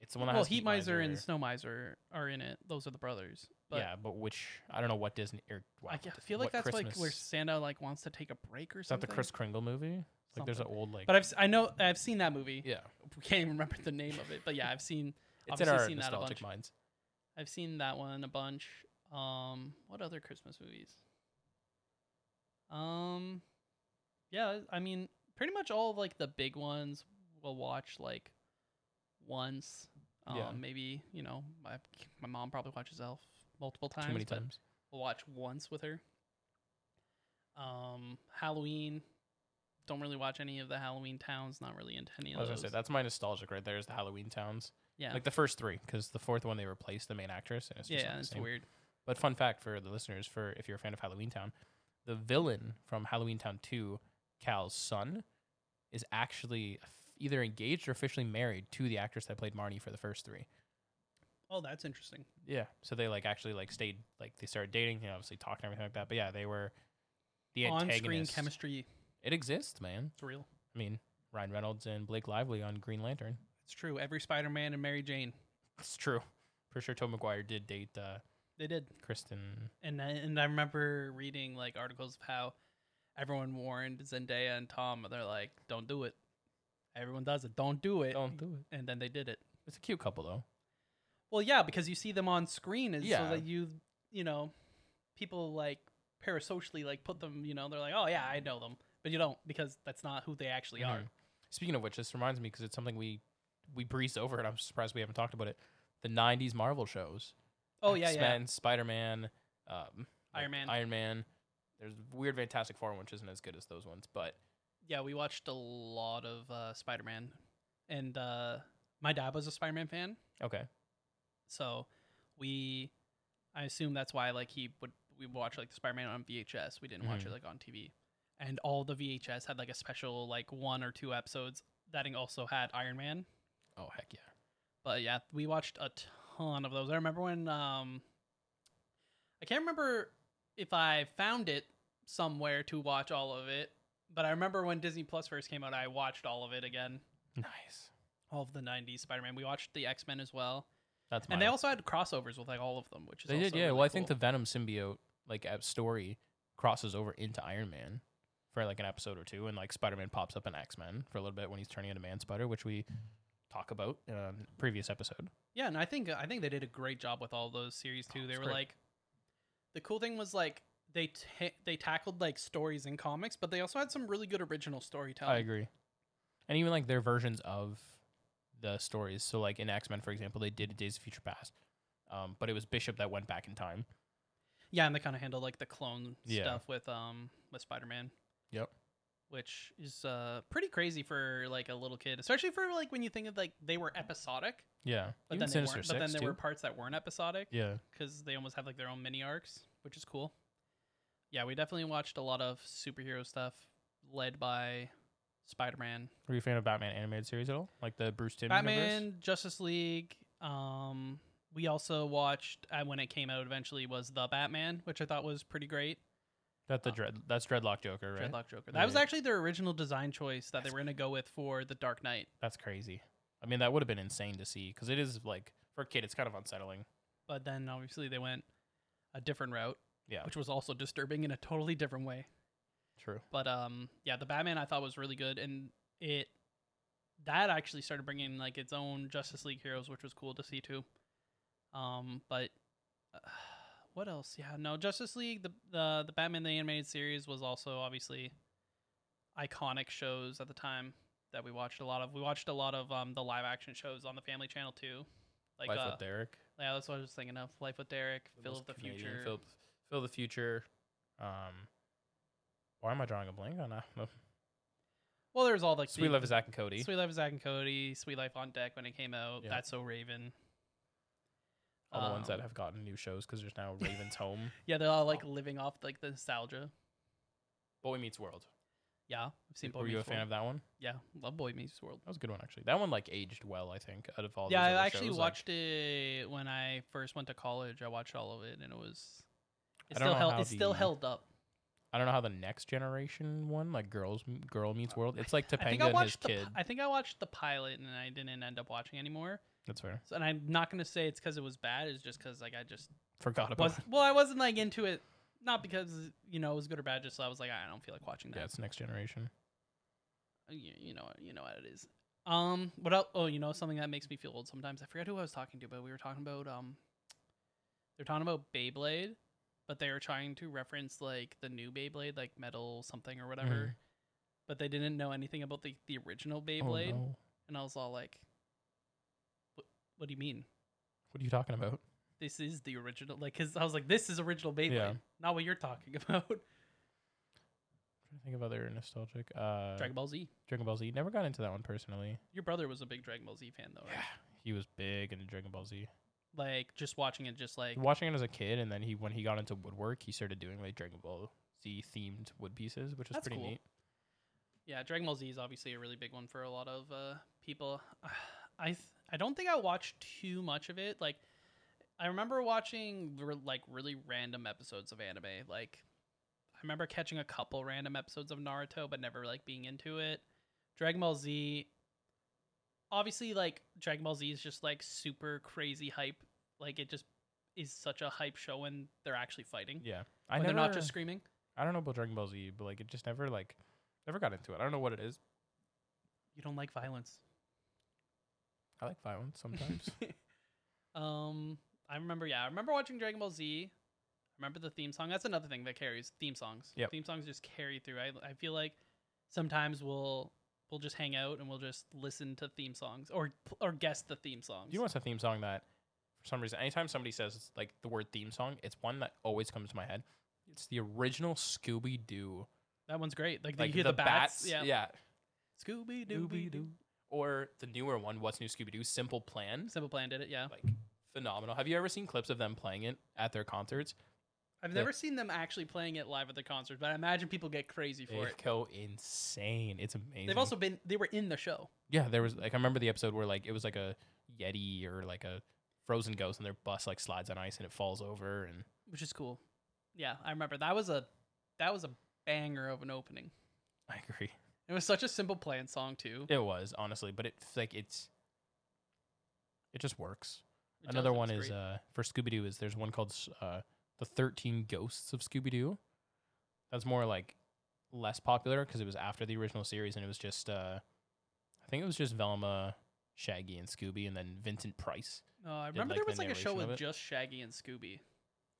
B: It's the one that
A: well,
B: has
A: Heat Miser and Snow Miser are in it. Those are the brothers. But
B: yeah, but which I don't know what Disney or wow,
A: I g- feel like
B: what
A: that's
B: Christmas,
A: like where Santa like wants to take a break or
B: Is that
A: something.
B: the Chris Kringle movie? Like there's an
A: Something.
B: old like.
A: But I've s- I know I've seen that movie.
B: yeah,
A: We can't even remember the name of it. But yeah, I've seen
B: it's in
A: obviously
B: our
A: seen that a
B: nostalgic
A: bunch.
B: minds.
A: I've seen that one a bunch. Um, what other Christmas movies? Um, yeah, I mean, pretty much all of, like the big ones we'll watch like once. Um,
B: Yeah.
A: maybe you know my my mom probably watches Elf multiple times.
B: Too many
A: but
B: times.
A: We'll watch once with her. Um, Halloween. Don't really watch any of the Halloween towns. Not really into any
B: I
A: of
B: was
A: those.
B: gonna say that's my nostalgic right there is the Halloween towns.
A: yeah,
B: Like the first three, because the fourth one they replaced the main actress, and it's
A: yeah,
B: just
A: yeah,
B: not the
A: it's
B: same.
A: weird.
B: But fun fact for the listeners, for if you're a fan of Halloween Town, the villain from Halloween Town Two, Cal's son, is actually either engaged or officially married to the actress that played Marnie for the first three.
A: Oh, that's interesting.
B: Yeah. So they like actually like stayed like they started dating, you know, obviously talking and everything like that. But yeah, they were the
A: On-screen
B: antagonist.
A: chemistry,
B: It exists, man.
A: it's real.
B: I mean, Ryan Reynolds and Blake Lively on Green Lantern.
A: It's true. Every Spider-Man and Mary Jane,
B: It's true. Pretty sure Tom McGuire did date uh,
A: they did.
B: Kristen.
A: And I, and I remember reading like articles of how everyone warned Zendaya and Tom. They're like, "Don't do it." Everyone does it. Don't do it.
B: Don't do it.
A: And then they did it.
B: It's a cute couple though.
A: Well, yeah, because you see them on screen, is
B: Yeah.
A: so that you you know people like parasocially like put them. You know, they're like, "Oh yeah, I know them," but you don't because that's not who they actually are.
B: Mhm. Speaking of which, this reminds me because it's something we we breezed over, and I'm surprised we haven't talked about it. The '90s Marvel shows.
A: Oh yeah, yeah.
B: X-Men, Spider-Man, um,
A: Iron Man.
B: Iron Man. There's weird Fantastic Four, which isn't as good as those ones, but
A: yeah, we watched a lot of uh, Spider Man, and uh, my dad was a Spider Man fan,
B: okay.
A: so we, I assume that's why like he would we watch like the Spider Man on VHS. We didn't watch
B: Mhm.
A: it like on TV, and all the VHS had like a special like one or two episodes that also had Iron Man.
B: Oh heck yeah.
A: But yeah, we watched a ton of those. I remember when um, I can't remember if I found it somewhere to watch all of it. But I remember when Disney Plus first came out, I watched all of it again.
B: Nice.
A: all of the 90s Spider-Man. We watched the X-Men as well.
B: That's
A: And
B: my-
A: they also had crossovers with like all of them, which is
B: they did
A: also
B: yeah.
A: really
B: well, I think the
A: cool.
B: Venom symbiote like ep- story crosses over into Iron Man for like an episode or two, and like Spider-Man pops up in X-Men for a little bit when he's turning into Man Spider, which we talk about in a previous episode.
A: Yeah, and I think I think they did a great job with all those series too.
B: Oh,
A: they
B: it's
A: were
B: great.
A: like the cool thing was like they ta they tackled like stories in comics, but they also had some really good original storytelling.
B: I agree. Um, And even like their versions of the stories. So like in X Men, for example, they did Days of Future Past, um, but it was Bishop that went back in time.
A: Yeah, and they kind of handled like the clone
B: Yeah.
A: stuff with um with Spider-Man.
B: Yep.
A: Which is uh pretty crazy for like a little kid, especially for like when you think of like they were episodic,
B: Yeah,
A: but
B: Even
A: then they
B: Sinister
A: weren't, but then
B: Six,
A: there were
B: too.
A: parts that weren't episodic.
B: yeah,
A: because they almost have like their own mini arcs, which is cool. Yeah, we definitely watched a lot of superhero stuff led by Spider Man,
B: were you a fan of Batman animated series at all? Like the Bruce Timm
A: Batman,
B: universe?
A: Justice League. Um, we also watched uh, when it came out eventually was the Batman, which I thought was pretty great.
B: That the
A: Oh.
B: dread that's Dreadlock Joker, right?
A: Dreadlock Joker. That was
B: Right.
A: actually their original design choice that they
B: That's
A: were gonna go with for the Dark Knight.
B: That's crazy. I mean, that would have been insane to see because it is like for a kid, it's kind of unsettling.
A: but then obviously they went a different route.
B: Yeah.
A: Which was also disturbing in a totally different way.
B: True.
A: But um, yeah, the Batman I thought was really good, and it that actually started bringing like its own Justice League heroes, which was cool to see too. Um, but uh, what else? Yeah, no, Justice League, the the the Batman the animated series was also obviously iconic shows at the time that we watched a lot of. We watched a lot of um the live action shows on the Family Channel too, like
B: Life
A: uh,
B: with Derek,
A: yeah, that's what I was thinking of. Life with Derek, Phil of the Future.
B: Phil, Phil of the Future, Um, why am I drawing a blank on that? No.
A: Well, there's all the
B: Sweet
A: the-
B: Love is Zack and Cody.
A: Sweet Life of Zack and Cody, Sweet Life on Deck when it came out.
B: Yeah.
A: That's so Raven.
B: All the ones that
A: Um,
B: have Oh. gotten new shows because there's now Raven's Home,
A: Yeah, they're all like living off like the nostalgia.
B: Boy Meets World.
A: Yeah, I've seen Boy
B: Were you a
A: Meets
B: fan
A: World.
B: of that one?
A: Yeah, love Boy Meets World.
B: That was a good one actually. That one like aged well, I think. Out of all
A: yeah, I
B: those other
A: actually
B: shows, like-
A: watched it when I first went to college. I watched all of it, and it was it
B: I don't
A: still
B: know
A: held
B: how
A: it still
B: the-
A: held up.
B: I don't know how the next generation one, like girls, Girl Meets World. It's like
A: I
B: Topanga
A: think I
B: and his
A: watched the pi-
B: kid.
A: I think I watched the pilot, and I didn't end up watching anymore.
B: That's fair.
A: So, and I'm not gonna say it's because it was bad. It's just because like I just
B: Forgot about.
A: was
B: it.
A: well, I wasn't like into it. Not because you know it was good or bad. Just I was like I don't feel like watching that. Uh,
B: Yeah, it's next generation.
A: you, you know you know what it is. Um, what else? Oh, you know something that makes me feel old sometimes. I forget who I was talking to, but we were talking about um, they're talking about Beyblade, but they were trying to reference like the new Beyblade, like metal something or whatever.
B: Mhm.
A: But they didn't know anything about the the original
B: Oh,
A: Beyblade,
B: no.
A: and I was all like, "What? What do you mean?
B: What are you talking about?
A: This is the original? Like, cause I was like, this is original Beyblade,
B: Yeah.
A: not what you're talking about."
B: I'm trying to think of other nostalgic. Uh,
A: Dragon Ball Z.
B: Dragon Ball Z. Never got into that one personally.
A: Your brother was a big Dragon Ball Z fan though, right?
B: He was big into Dragon Ball Z.
A: Like just watching it, just like
B: Watching it as a kid, and then he when he got into woodwork, he started doing like Dragon Ball Z themed wood pieces, which is
A: That's
B: pretty
A: cool.
B: neat.
A: Yeah, Dragon Ball Z is obviously a really big one for a lot of uh, people. I th- I don't think I watched too much of it. Like, I remember watching re- like really random episodes of anime. Like, I remember catching a couple random episodes of Naruto, but never like being into it. Dragon Ball Z, obviously, like Dragon Ball Z is just like super crazy hype. Like, it just is such a hype show when they're actually fighting.
B: Yeah, I
A: When
B: never.
A: they're not just screaming.
B: I don't know about Dragon Ball Z, but like it just never like never got into it. I don't know what it is.
A: You don't like violence.
B: I like violence sometimes.
A: um, I remember. Yeah, I remember watching Dragon Ball Z. I remember the theme song. That's another thing that carries theme songs.
B: Yep.
A: Theme songs just carry through. I I feel like sometimes we'll we'll just hang out and we'll just listen to theme songs or or guess the theme songs.
B: Do you know what's a theme song that, for some reason, anytime somebody says like the word theme song, it's one that always comes to my head. It's the original Scooby Doo,
A: that one's great. Like,
B: like
A: you hear the, bats. Yeah.
B: yeah.
A: Scooby
B: Scooby
A: Dooby
B: Doo,
A: Doo.
B: or the newer one, What's New Scooby Doo? Simple Plan,
A: Simple Plan did it. Yeah.
B: like phenomenal. Have you ever seen clips of them playing it at their concerts?
A: I've
B: the-
A: never seen them actually playing it live at the concert, but I imagine people get crazy
B: They
A: for it.
B: go insane. It's amazing.
A: They've also been they were in the show.
B: yeah, there was like I remember the episode where like it was like a yeti or like a frozen ghost, and their bus like slides on ice and it falls over and.
A: which is cool. Yeah, I remember that was a that was a banger of an opening.
B: I agree.
A: It was such a simple plan song too.
B: It was honestly, but it's like it's it just works.
A: It does,
B: Another
A: it
B: one
A: was
B: is
A: great.
B: uh for Scooby Doo is there's one called s- uh the Thirteen Ghosts of Scooby Doo. That's more like less popular because it was after the original series and it was just uh I think it was just Velma, Shaggy, and Scooby, and then Vincent Price.
A: No, Oh, I remember
B: like,
A: there
B: the
A: was like a show
B: narration of
A: with
B: it.
A: just Shaggy and Scooby.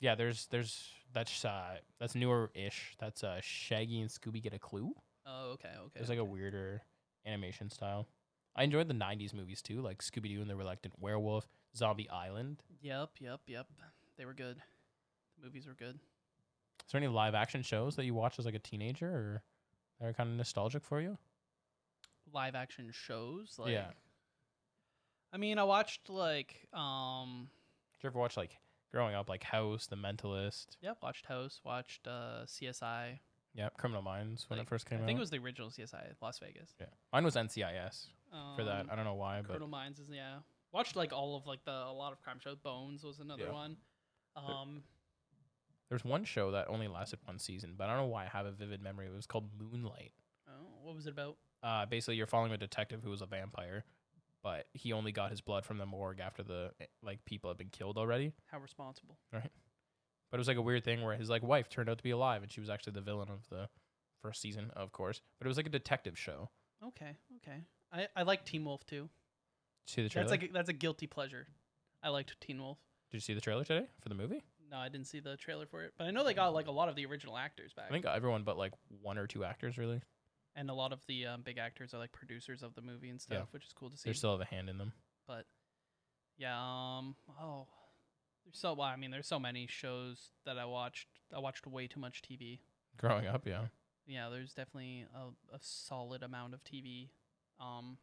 B: Yeah, there's there's that's uh that's newer ish. That's uh Shaggy and Scooby get a clue.
A: Oh, okay, okay.
B: It's like a weirder animation style. I enjoyed the '90s movies too, like Scooby Doo and the Reluctant Werewolf, Zombie Island.
A: yep, yep, yep. They were good. The movies were good.
B: Is there any live action shows that you watched as like a teenager or that are kind of nostalgic for you?
A: Live action shows like
B: Yeah.
A: I mean, I watched like um
B: Did you ever watch like growing up, like House, The Mentalist,
A: yep, watched House, watched uh CSI.
B: yeah, Criminal Minds when
A: Like,
B: it first came
A: I
B: out?
A: think it was the original CSI Las Vegas.
B: yeah. Mine was NCIS
A: Um,
B: for that. I don't know why, but
A: Criminal Minds is yeah. Watched like all of like the a lot of crime shows. Bones was another
B: Yeah.
A: one. Um,
B: there's one show that only lasted one season, but I don't know why I have a vivid memory. It was called Moonlight.
A: oh, what was it about?
B: uh, basically you're following a detective who was a vampire, but he only got his blood from the morgue after the eh, like people had been killed already.
A: How responsible?
B: But it was like a weird thing where his like wife turned out to be alive, and she was actually the villain of the first season, of course. But it was like a detective show.
A: Okay, okay. I I like Teen Wolf too.
B: Did you see the trailer?
A: That's like a, that's a guilty pleasure. I liked Teen Wolf.
B: Did you see the trailer today for the movie?
A: No, I didn't see the trailer for it, but I know they got like a lot of the original actors back,
B: I think everyone but like one or two actors really.
A: and a lot of the um, big actors are like producers of the movie and stuff,
B: Yeah.
A: which is cool to see.
B: They still have a hand in them.
A: but yeah, um, oh, There's so well, I mean, there's so many shows that I watched. I watched way too much TV.
B: Growing up, yeah.
A: Yeah, there's definitely a, a solid amount of TV. Um,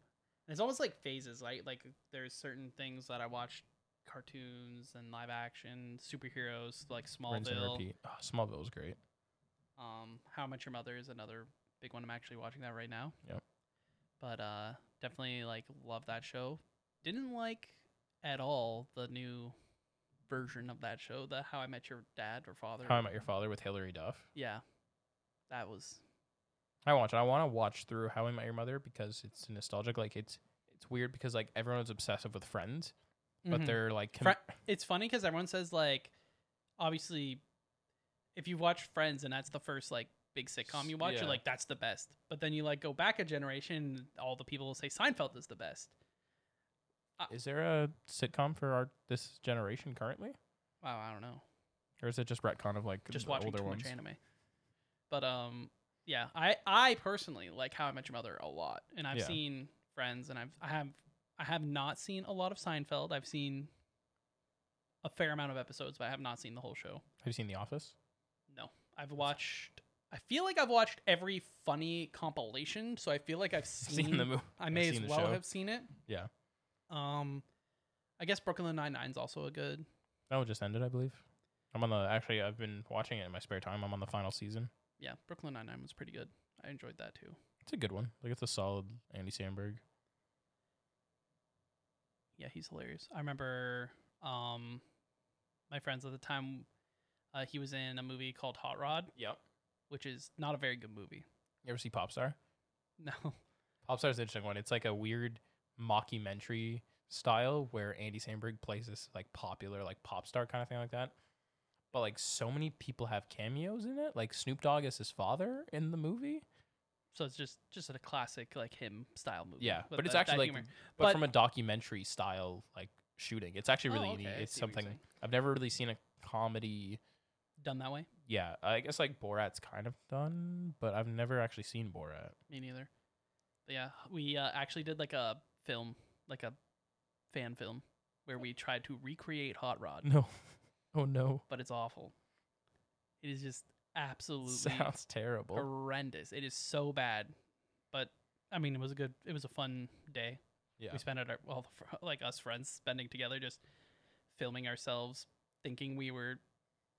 A: and it's almost like phases, right? Like there's certain things that I watched, cartoons and live action, superheroes, like
B: Rinse Mm-hmm. and
A: Smallville.
B: repeat. Oh, Smallville was great.
A: Um, How Much Your Mother is another big one. I'm actually watching that right now.
B: Yep.
A: But uh, definitely like love that show. Didn't like at all the new version of that show, the How I Met Your Dad or Father.
B: How I Met Your Father with Hilary Duff.
A: yeah, that was
B: I watch it. I want to watch through How I Met Your Mother because it's nostalgic. Like it's it's weird because like everyone's obsessive with Friends, but
A: Mhm.
B: they're like com-
A: Fri- it's funny because everyone says like, obviously, if you watch Friends and that's the first like big sitcom you
B: S-
A: watch,
B: yeah.
A: you're like that's the best. But then you like go back a generation, and all the people will say Seinfeld is the best.
B: is there a sitcom for our this generation currently,
A: Wow, I don't know.
B: or is it just retcon of like
A: Just
B: the
A: watching
B: older
A: too
B: ones?
A: much anime. But um, yeah, I I personally like How I Met Your Mother a lot, and I've
B: Yeah.
A: seen Friends, and I've I have I have not seen a lot of Seinfeld. I've seen a fair amount of episodes, but I have not seen the whole show.
B: Have you seen The Office?
A: No, I've watched. I feel like I've watched every funny compilation, so I feel like I've seen,
B: seen the movie?
A: I may as
B: seen the
A: well
B: show.
A: have seen it.
B: Yeah,
A: Um, I guess Brooklyn Nine Nine's also a good.
B: that one just ended, I believe. I'm on the actually. I've been watching it in my spare time. I'm on the final season.
A: Yeah, Brooklyn Nine Nine was pretty good. I enjoyed that too.
B: It's a good one. Like it's a solid Andy Samberg.
A: Yeah, he's hilarious. I remember um, my friends at the time. Uh, he was in a movie called Hot Rod,
B: Yep.
A: which is not a very good movie.
B: You ever see Popstar?
A: No.
B: Popstar's an interesting one. It's like a weird mockumentary style where Andy Samberg plays this like popular like pop star kind of thing like that. But like so many people have cameos in it. Like Snoop Dogg is his father in the movie.
A: So it's just just a classic like him style movie.
B: Yeah,
A: with
B: but it's
A: the-
B: actually
A: that
B: like,
A: humor.
B: but,
A: But-
B: from a documentary style like shooting. It's actually really
A: Oh,
B: neat.
A: okay, I
B: It's
A: see what you're
B: something
A: saying.
B: I've never really seen a comedy.
A: done that way.
B: Yeah, I guess like Borat's kind of done, but I've never actually seen Borat.
A: Me neither. But yeah, we uh, actually did like a film, like a fan film, where we tried to recreate Hot Rod,
B: No, oh no,
A: but it's awful. It is just absolutely
B: sounds terrible.
A: horrendous. It is so bad, but I mean, it was a good, it was a fun day.
B: yeah,
A: We spent it, our, well, the fr- like us friends spending together, just filming ourselves, thinking we were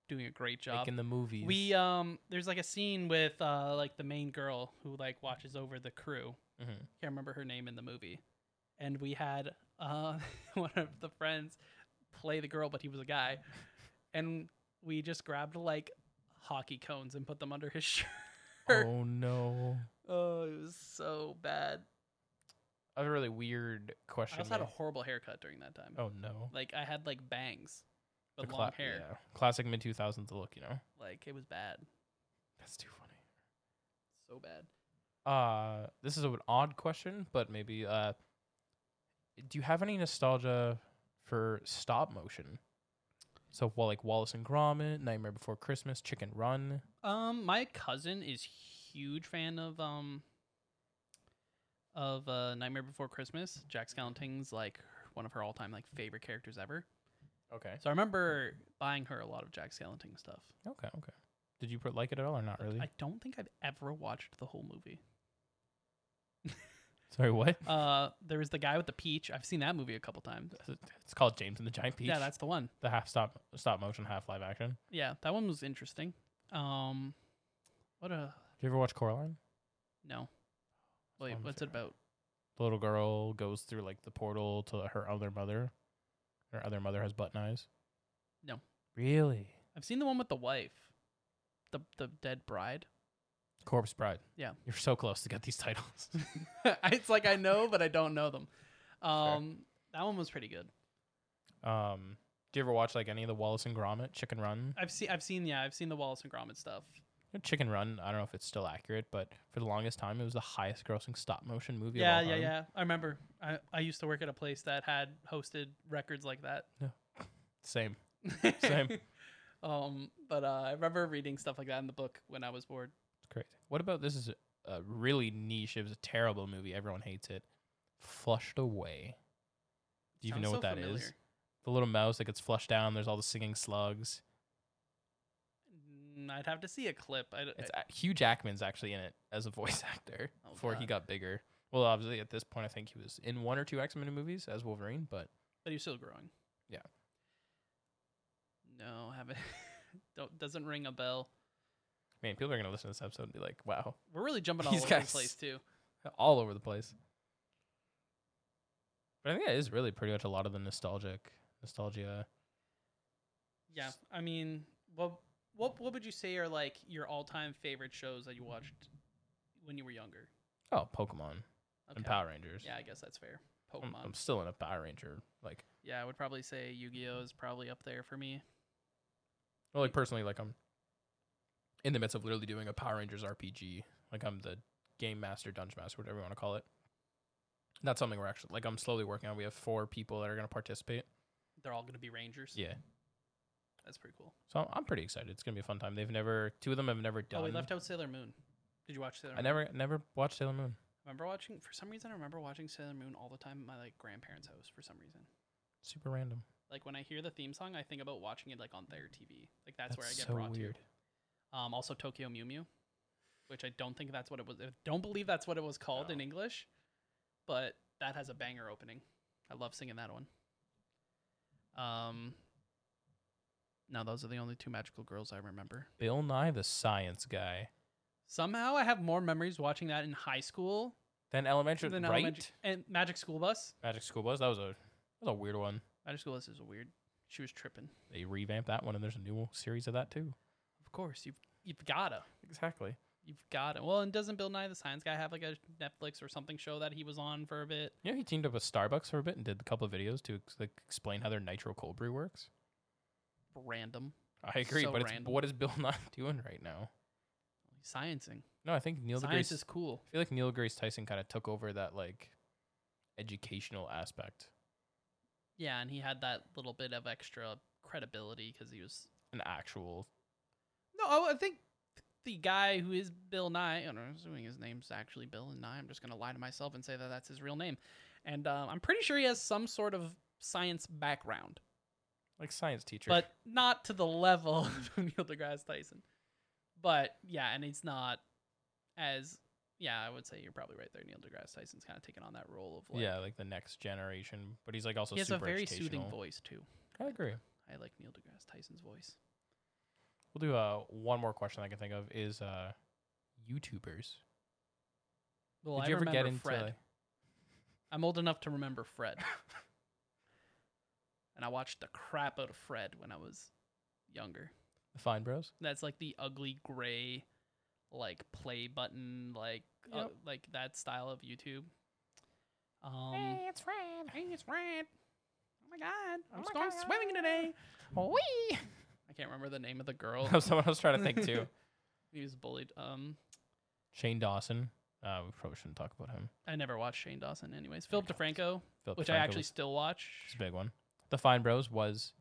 A: doing a great job.
B: like in the movies.
A: we um, there's like a scene with uh, like the main girl who like watches over the crew
B: Mhm.
A: can't remember her name in the movie. And we had uh, one of the friends play the girl, but he was a guy. And we just grabbed like hockey cones and put them under his shirt.
B: Oh no.
A: Oh, it was so bad.
B: I have a really weird question.
A: I also had a
B: there.
A: horrible haircut during that time.
B: oh no.
A: Like I had like bangs,
B: The
A: but long
B: cla-
A: hair.
B: yeah. Classic mid 2000s look, you know?
A: Like it was bad,
B: That's too funny.
A: so bad.
B: Uh, this is an odd question, but maybe. Uh, do you have any nostalgia for stop motion? So, well, like Wallace and Gromit, Nightmare Before Christmas, Chicken Run.
A: Um, my cousin is huge fan of um of uh, Nightmare Before Christmas. Jack Skellington's like one of her all time like favorite characters ever.
B: Okay.
A: So I remember buying her a lot of Jack Skellington stuff.
B: Okay, okay. Did you put, like it at all or not
A: Like,
B: really?
A: I don't think I've ever watched the whole movie.
B: Sorry, what?
A: Uh, there was the guy with the peach. I've seen that movie a couple times.
B: it's called James and the Giant Peach.
A: Yeah, that's the one.
B: the half stop stop motion, half live action.
A: Yeah, that one was interesting. Um, what a
B: Did you ever watch Coraline?
A: no. Wait,
B: one
A: what's it
B: favorite.
A: about?
B: the little girl goes through like the portal to her other mother. Her other mother has button eyes.
A: No.
B: Really?
A: I've seen the one with the wife, the the dead bride.
B: Corpse Bride.
A: Yeah.
B: You're so close to get these titles.
A: it's like I know, but I don't know them. Um, that one was pretty good.
B: um, do you ever watch like any of the Wallace and Gromit Chicken Run?
A: I've seen, I've seen, yeah, I've seen the Wallace and Gromit stuff.
B: Chicken Run. I don't know if it's still accurate, but for the longest time, it was the highest grossing stop motion movie.
A: Yeah,
B: of all
A: yeah,
B: time.
A: yeah. I remember. I, I used to work at a place that had hosted records like that.
B: Same. Same.
A: um, but uh, I remember reading stuff like that in the book when I was bored.
B: It's crazy. What about this? Is a really niche. It was a terrible movie. Everyone hates it. Flushed Away. Do you even
A: Sounds
B: know
A: so
B: what that is?
A: familiar.
B: the little mouse that gets flushed down. There's all the singing slugs.
A: Mm, I'd have to see a clip. I don't,
B: It's a- Hugh Jackman's actually in it as a voice actor
A: Oh,
B: before he
A: God.
B: got bigger. Well, obviously at this point, I think he was in one or two X Men movies as Wolverine, but
A: but he was still growing.
B: Yeah.
A: No, haven't. don't doesn't ring a bell.
B: man, people are gonna listen to this episode and be like, "Wow,
A: We're really jumping all
B: These
A: over the
B: guys.
A: place too.
B: all over the place." But I think that is really pretty much a lot of the nostalgic nostalgia.
A: Yeah, I mean, what what what would you say are like your all time favorite shows that you watched when you were younger?
B: Oh, Pokemon and Power Rangers.
A: Yeah, I guess that's fair.
B: I'm,
A: Pokemon.
B: I'm still in a Power Ranger like
A: yeah, I would probably say Yu Gi Oh is probably up there for me.
B: Well, like personally, like I'm in the midst of literally doing a Power Rangers RPG. Like I'm the game master, dungeon master, whatever you want to call it. That's something we're actually like I'm slowly working on. We have four people that are going to participate.
A: They're all gonna be Rangers.
B: Yeah,
A: that's pretty cool.
B: so I'm- I'm pretty excited. It's going to be a fun time. They've never two of them have never done.
A: Oh, we left out Sailor Moon. Did you watch Sailor?
B: I never never watched Sailor Moon.
A: remember watching. For some reason, I remember watching Sailor Moon all the time at my like grandparents' house. For some reason,
B: Super random.
A: like when I hear the theme song, I think about watching it like on their TV. Like that's, where I get
B: so
A: brought
B: weird.
A: to. Um, also Tokyo Mew Mew, which I don't think that's what it was. I don't believe that's what it was called in
B: No.
A: English, but that has a banger opening. I love singing that one. Um, no, those are the only two magical girls I remember.
B: Bill Nye the Science Guy.
A: Somehow, I have more memories watching that in high school
B: Then elementary,
A: than
B: right?
A: elementary and Magic School Bus.
B: Magic School Bus. That was a that was a weird one.
A: Magic School Bus is a weird. She was tripping.
B: They revamped that one, and there's a new series of that too.
A: Of course, you've you've gotta.
B: Exactly.
A: You've got it. Well, and doesn't Bill Nye the Science Guy have like a Netflix or something show that he was on for a bit?
B: You know, he teamed up with Starbucks for a bit and did a couple of videos to ex- like explain how their nitro cold brew works.
A: Random.
B: I agree,
A: So
B: but it's,
A: random.
B: what is Bill not doing right now?
A: Sciencing.
B: No, I think Neil
A: Science
B: deGrasse.
A: is cool.
B: I feel like Neil deGrasse Tyson kind of took over that like educational aspect,
A: Yeah, and he had that little bit of extra credibility because he was.
B: an actual.
A: No, I, I think the guy who is Bill Nye, and I'm assuming his name's actually Bill and Nye. I'm just gonna lie to myself and say that that's his real name, and um, I'm pretty sure he has some sort of science background,
B: Like science teacher,
A: but not to the level of Neil deGrasse Tyson. But yeah, and it's not as yeah. I would say you're probably right there. Neil deGrasse Tyson's kind of taken on that role of like
B: yeah, like the next generation. But he's like also
A: he has a
B: super
A: very
B: educational.
A: soothing voice too.
B: I agree.
A: I like Neil deGrasse Tyson's voice.
B: We'll do uh, one more question I can think of is uh, YouTubers.
A: Well,
B: did
A: I
B: you ever
A: remember
B: get into?
A: Fred. I'm old enough to remember Fred, and I watched the crap out of Fred when I was younger.
B: the Fine Bros?
A: That's like the ugly gray, like play button, like uh,
B: Yep.
A: like that style of YouTube. Um,
B: it's Fred.
A: hey, it's Fred. Oh my god, I'm
B: Oh my
A: going
B: God.
A: swimming today.
B: Wee.
A: I can't remember the name of the girl.
B: That was someone I was trying to think too.
A: he was bullied. Um,
B: Shane Dawson. Uh, we probably shouldn't talk about him.
A: I never watched Shane Dawson. Anyways, Philip DeFranco,
B: Philip
A: which I
B: DeFranco
A: actually
B: was,
A: still watch.
B: was a big one. The Fine Bros was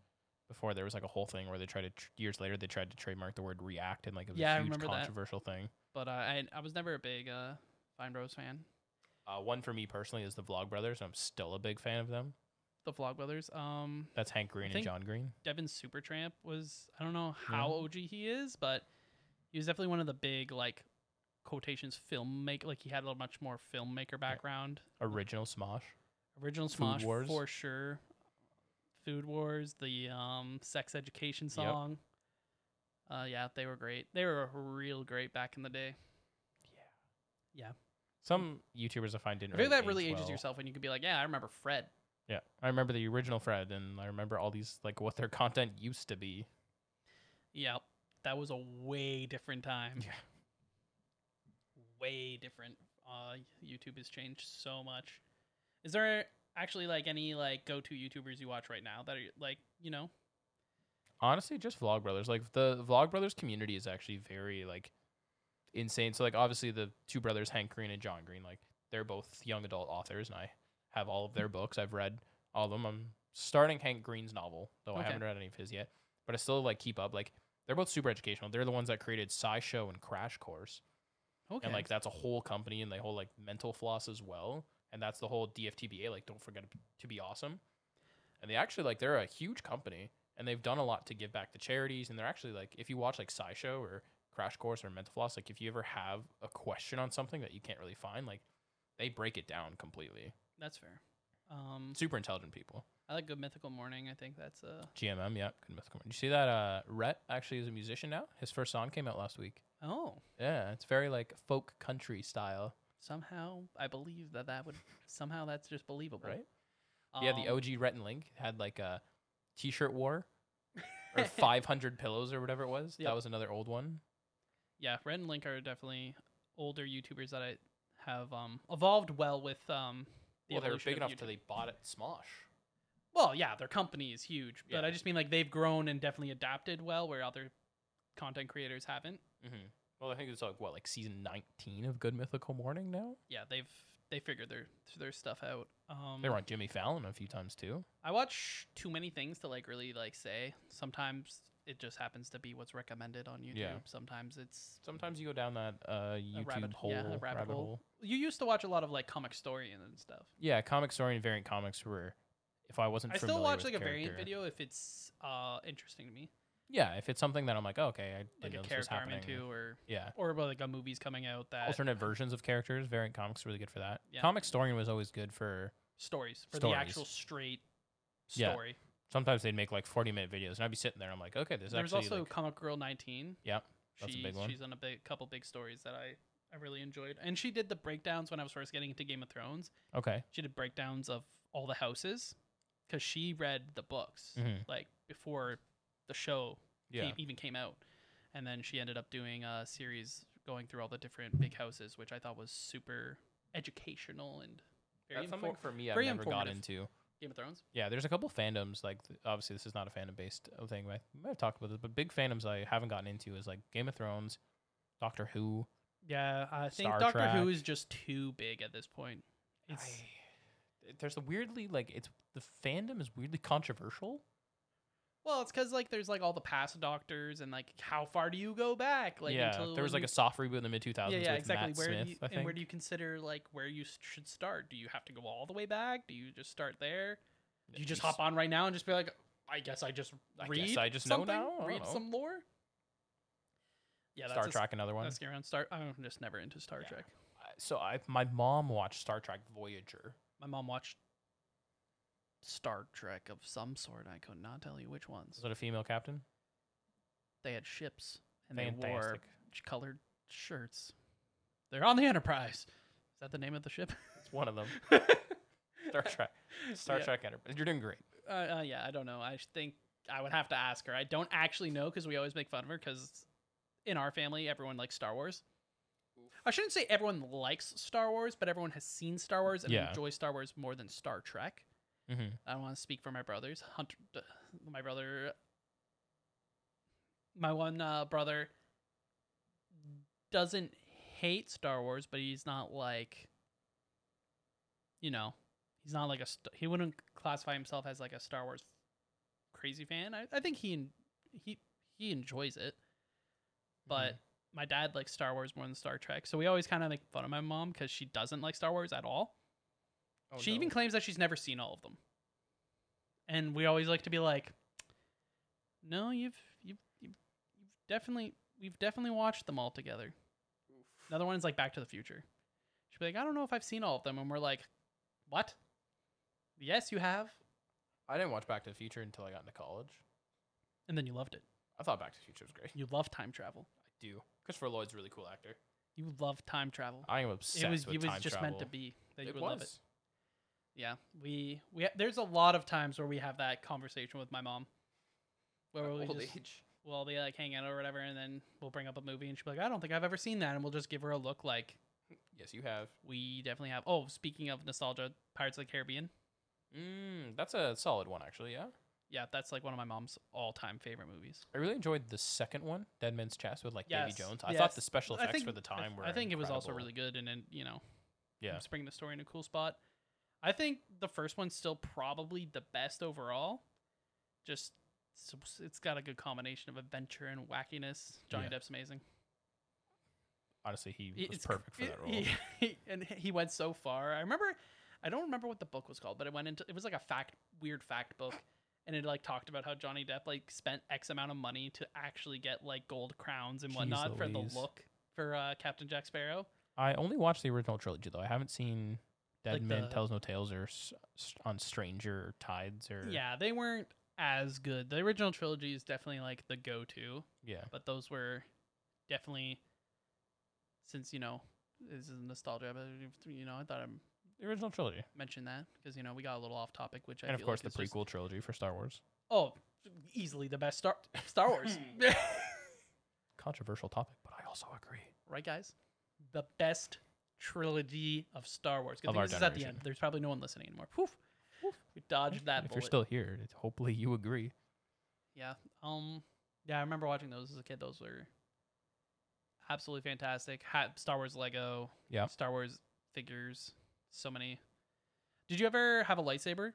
B: before there was like a whole thing where they tried to tr- years later they tried to trademark the word react and like it was
A: Yeah, I
B: a huge
A: remember that.
B: controversial thing.
A: But uh, I I was never a big uh, Fine Bros fan.
B: Uh, one for me personally is the Vlogbrothers. and I'm still a big fan of them.
A: The Vlogbrothers. Um,
B: That's Hank Green and
A: think-
B: John Green.
A: Devin Supertramp was I don't know how OG he is, but he was definitely one of the big like quotations filmmaker. Like he had a much more filmmaker background.
B: Original Smosh.
A: Original
B: Food
A: Smosh
B: Wars.
A: for sure. Food Wars, the um, sex education song. Uh, yeah, they were great. They were real great back in the day.
B: Some YouTubers I find didn't.
A: I feel
B: really
A: that really
B: age
A: ages
B: well.
A: yourself when you could be like, yeah, I remember Fred.
B: Yeah, I remember the original Fred, and I remember all these like what their content used to be.
A: Yeah, that was a way different time.
B: Yeah.
A: Way different. Uh, YouTube has changed so much. Is there actually like any like go to YouTubers you watch right now that are like you know?
B: honestly just vlogbrothers like the vlogbrothers community is actually very like insane so like obviously the two brothers hank green and john green like they're both young adult authors and i have all of their books i've read all of them i'm starting hank green's novel though i
A: Okay.
B: haven't read any of his yet but i still like keep up like they're both super educational they're the ones that created scishow and crash course
A: Okay.
B: and like that's a whole company and they hold like mental floss as well and that's the whole dftba like don't forget to be awesome and they actually like they're a huge company and they've done a lot to give back to charities and they're actually like if you watch like SciShow or Crash Course or Mental Floss, like if you ever have a question on something that you can't really find, like they break it down completely.
A: That's fair. Um,
B: Super intelligent people.
A: I like Good Mythical Morning. I think that's uh
B: GMM, yeah, good mythical. Did you see that? Uh, Rhett actually is a musician now. His first song came out last week.
A: oh
B: Yeah, it's very like folk country style,
A: somehow I believe that that would somehow that's just believable.
B: right? yeah, the
A: Um,
B: OG Rhett and Link had like a t-shirt war or 500 pillows or whatever it was.
A: Yep.
B: That was another old one.
A: yeah, Red and Link are definitely older YouTubers that I have um evolved well with um the
B: well, they were
A: evolution of
B: big enough till
A: YouTube.
B: they bought it Smosh.
A: Well, yeah, their company is huge, but I
B: Yeah.
A: just mean like they've grown and definitely adapted well where other content creators haven't.
B: Mm-hmm. Well, I think it's like what, like season 19 of Good Mythical Morning now.
A: Yeah, they've they figured their their stuff out. Um
B: They were on Jimmy Fallon a few times too.
A: I watch too many things to like really like say. Sometimes it just happens to be what's recommended on YouTube.
B: Yeah.
A: Sometimes it's
B: Sometimes you go down that uh, YouTube
A: rabbit-
B: hole,
A: yeah, a rabbit hole. you used to watch a lot of like comic story and stuff.
B: Yeah, comic story and variant comics were. If I wasn't,
A: I
B: familiar
A: still watch like
B: with
A: a variant
B: character-
A: video if it's uh interesting to me,
B: Yeah, if it's something that I'm like, oh, okay, I
A: like
B: didn't know
A: a
B: this was
A: character I'm
B: happening.
A: into, or
B: Yeah,
A: or about like a movie's coming out that
B: alternate versions of characters. Variant comics are really good for that.
A: Yeah.
B: Comic story was always good for.
A: stories for the
B: Stories.
A: actual straight
B: Yeah.
A: story.
B: Sometimes they'd make like 40 minute videos, and I'd be sitting there. I'm like, okay, this is
A: There's
B: actually.
A: also
B: like-
A: Comic Girl 19.
B: yeah, that's a
A: she's
B: big one.
A: she's on a big couple big stories that I I really enjoyed, and she did the breakdowns when I was first getting into Game of Thrones.
B: okay.
A: she did breakdowns of all the houses because she read the books
B: Mhm.
A: like before the show
B: Yeah.
A: came, even came out and then she ended up doing a series going through all the different big houses which i thought was super educational and very
B: That's something
A: infor-
B: for me I've
A: very
B: never got
A: informative.
B: into.
A: game of thrones
B: Yeah, there's a couple fandoms. Like, th- obviously, this is not a fandom based thing. But I might have talked about this, but big fandoms I haven't gotten into is like Game of Thrones, Doctor Who.
A: yeah i think
B: Star
A: doctor who
B: Trek.
A: is just too big at this point it's
B: I- there's a weirdly like it's the fandom is weirdly controversial.
A: well it's because like there's like all the past doctors and like how far do you go back like
B: yeah,
A: until
B: there was
A: when
B: like
A: you
B: a soft reboot in the mid 2000s
A: yeah, yeah,
B: with
A: exactly.
B: Matt
A: where
B: Smith.
A: do you,
B: I think.
A: and where do you consider like where you s- should start? Do you have to go all the way back? Do you just start there? Do you just hop on right now and just be like, I guess I just
B: I guess
A: read.
B: I just know
A: something?
B: now? I don't
A: Read
B: know."
A: some lore. Yeah, that's
B: Star
A: a s-
B: Trek, another one.
A: That's scary around Star. I'm just never into Star
B: Yeah.
A: Trek.
B: I- so I my mom watched Star Trek Voyager.
A: My mom watched Star Trek of some sort. I could not tell you which ones.
B: Is it a female captain?
A: They had ships and they wore
B: Fantastic.
A: colored shirts. They're on the Enterprise. Is that the name of the ship?
B: It's one of them. Star Trek. Star
A: Yeah.
B: Trek Enterprise. You're doing great.
A: Uh, uh, yeah, I don't know. I sh- think I would have to ask her. I don't actually know because we always make fun of her because in our family, everyone likes Star Wars. I shouldn't say everyone likes Star Wars, but everyone has seen Star Wars and
B: Yeah.
A: enjoys Star Wars more than Star Trek.
B: Mm-hmm.
A: I don't want to speak for my brothers. Hunter, d- my brother, my one uh, brother doesn't hate Star Wars, but he's not like, you know, he's not like a st- he wouldn't classify himself as like a Star Wars crazy fan. I, I think he en- he he enjoys it, but. My dad likes Star Wars more than Star Trek, so we always kind of make fun of my mom because she doesn't like Star Wars at all
B: Oh,
A: she even claims that she's never seen all of them. And we always like to be like, "No, you've you've you've, you've definitely we've definitely watched them all together." Another one's like Back to the Future. She'd be like, "I don't know if I've seen all of them," and we're like, "What? Yes, you have."
B: I didn't watch Back to the Future until I got into college.
A: And then you loved it.
B: I thought Back to the Future was great.
A: You love time travel.
B: I do. Christopher Lloyd's a really cool actor.
A: You love time travel.
B: I am obsessed
A: it was
B: with
A: it was
B: time
A: just meant to
B: travel.
A: be that you
B: it
A: would
B: was.
A: love it. Yeah, we we there's a lot of times where we have that conversation with my mom, where
B: At
A: we
B: old
A: just,
B: age.
A: we'll be like hanging out or whatever, and then we'll bring up a movie, and she'll be like, "I don't think I've ever seen that," and we'll just give her a look like
B: Yes, you have.
A: we definitely have. Oh, speaking of nostalgia, Pirates of the Caribbean.
B: Mm, that's a solid one, actually. Yeah,
A: Yeah, that's like one of my mom's all-time favorite movies.
B: I really enjoyed the second one, Dead Man's Chest, with like
A: Yes,
B: Davy Jones. I thought
A: yes.
B: the special
A: I
B: effects
A: think-
B: for the
A: I,
B: time were.
A: I think it was also
B: incredible.
A: really good, and then you know,
B: Yeah.
A: just bringing the story in a cool spot. I think the first one's still probably the best overall. Just s- it's got a good combination of adventure and wackiness. Johnny
B: Yeah.
A: Depp's amazing.
B: Honestly, he
A: It-
B: was
A: it's
B: perfect for
A: it-
B: that role.
A: He, he- and he went so far. I remember I don't remember what the book was called, but it went into it was like a fact weird fact book, and it like talked about how Johnny Depp like spent X amount of money to actually get like gold crowns and
B: Jeez
A: whatnot for the
B: Louise.
A: look for uh, Captain Jack Sparrow.
B: I only watched the original trilogy though. I haven't seen Dead
A: Like
B: Man
A: the-
B: Tells No Tales or S- S- on Stranger Tides or
A: Yeah, they weren't as good. The original trilogy is definitely like the go to,
B: yeah.
A: but those were definitely since you know this is nostalgia, but you know I thought I
B: The original trilogy
A: mentioned that because you know we got a little off topic, which I
B: and of
A: feel
B: course
A: like
B: the
A: is just-
B: prequel trilogy for Star Wars.
A: Oh, easily the best Star Star Wars.
B: Controversial topic, but I also agree.
A: right, guys? The best trilogy of Star Wars. Good
B: Of
A: thing
B: our
A: this is at the
B: generation.
A: end. There's probably no one listening anymore. Whew. We dodged that
B: if
A: bullet.
B: you're still here, it- hopefully you agree.
A: yeah. Um. Yeah, I remember watching those as a kid. Those were absolutely fantastic. Ha- Star Wars Lego.
B: Yeah.
A: Star Wars figures. So many. Did you ever have a lightsaber?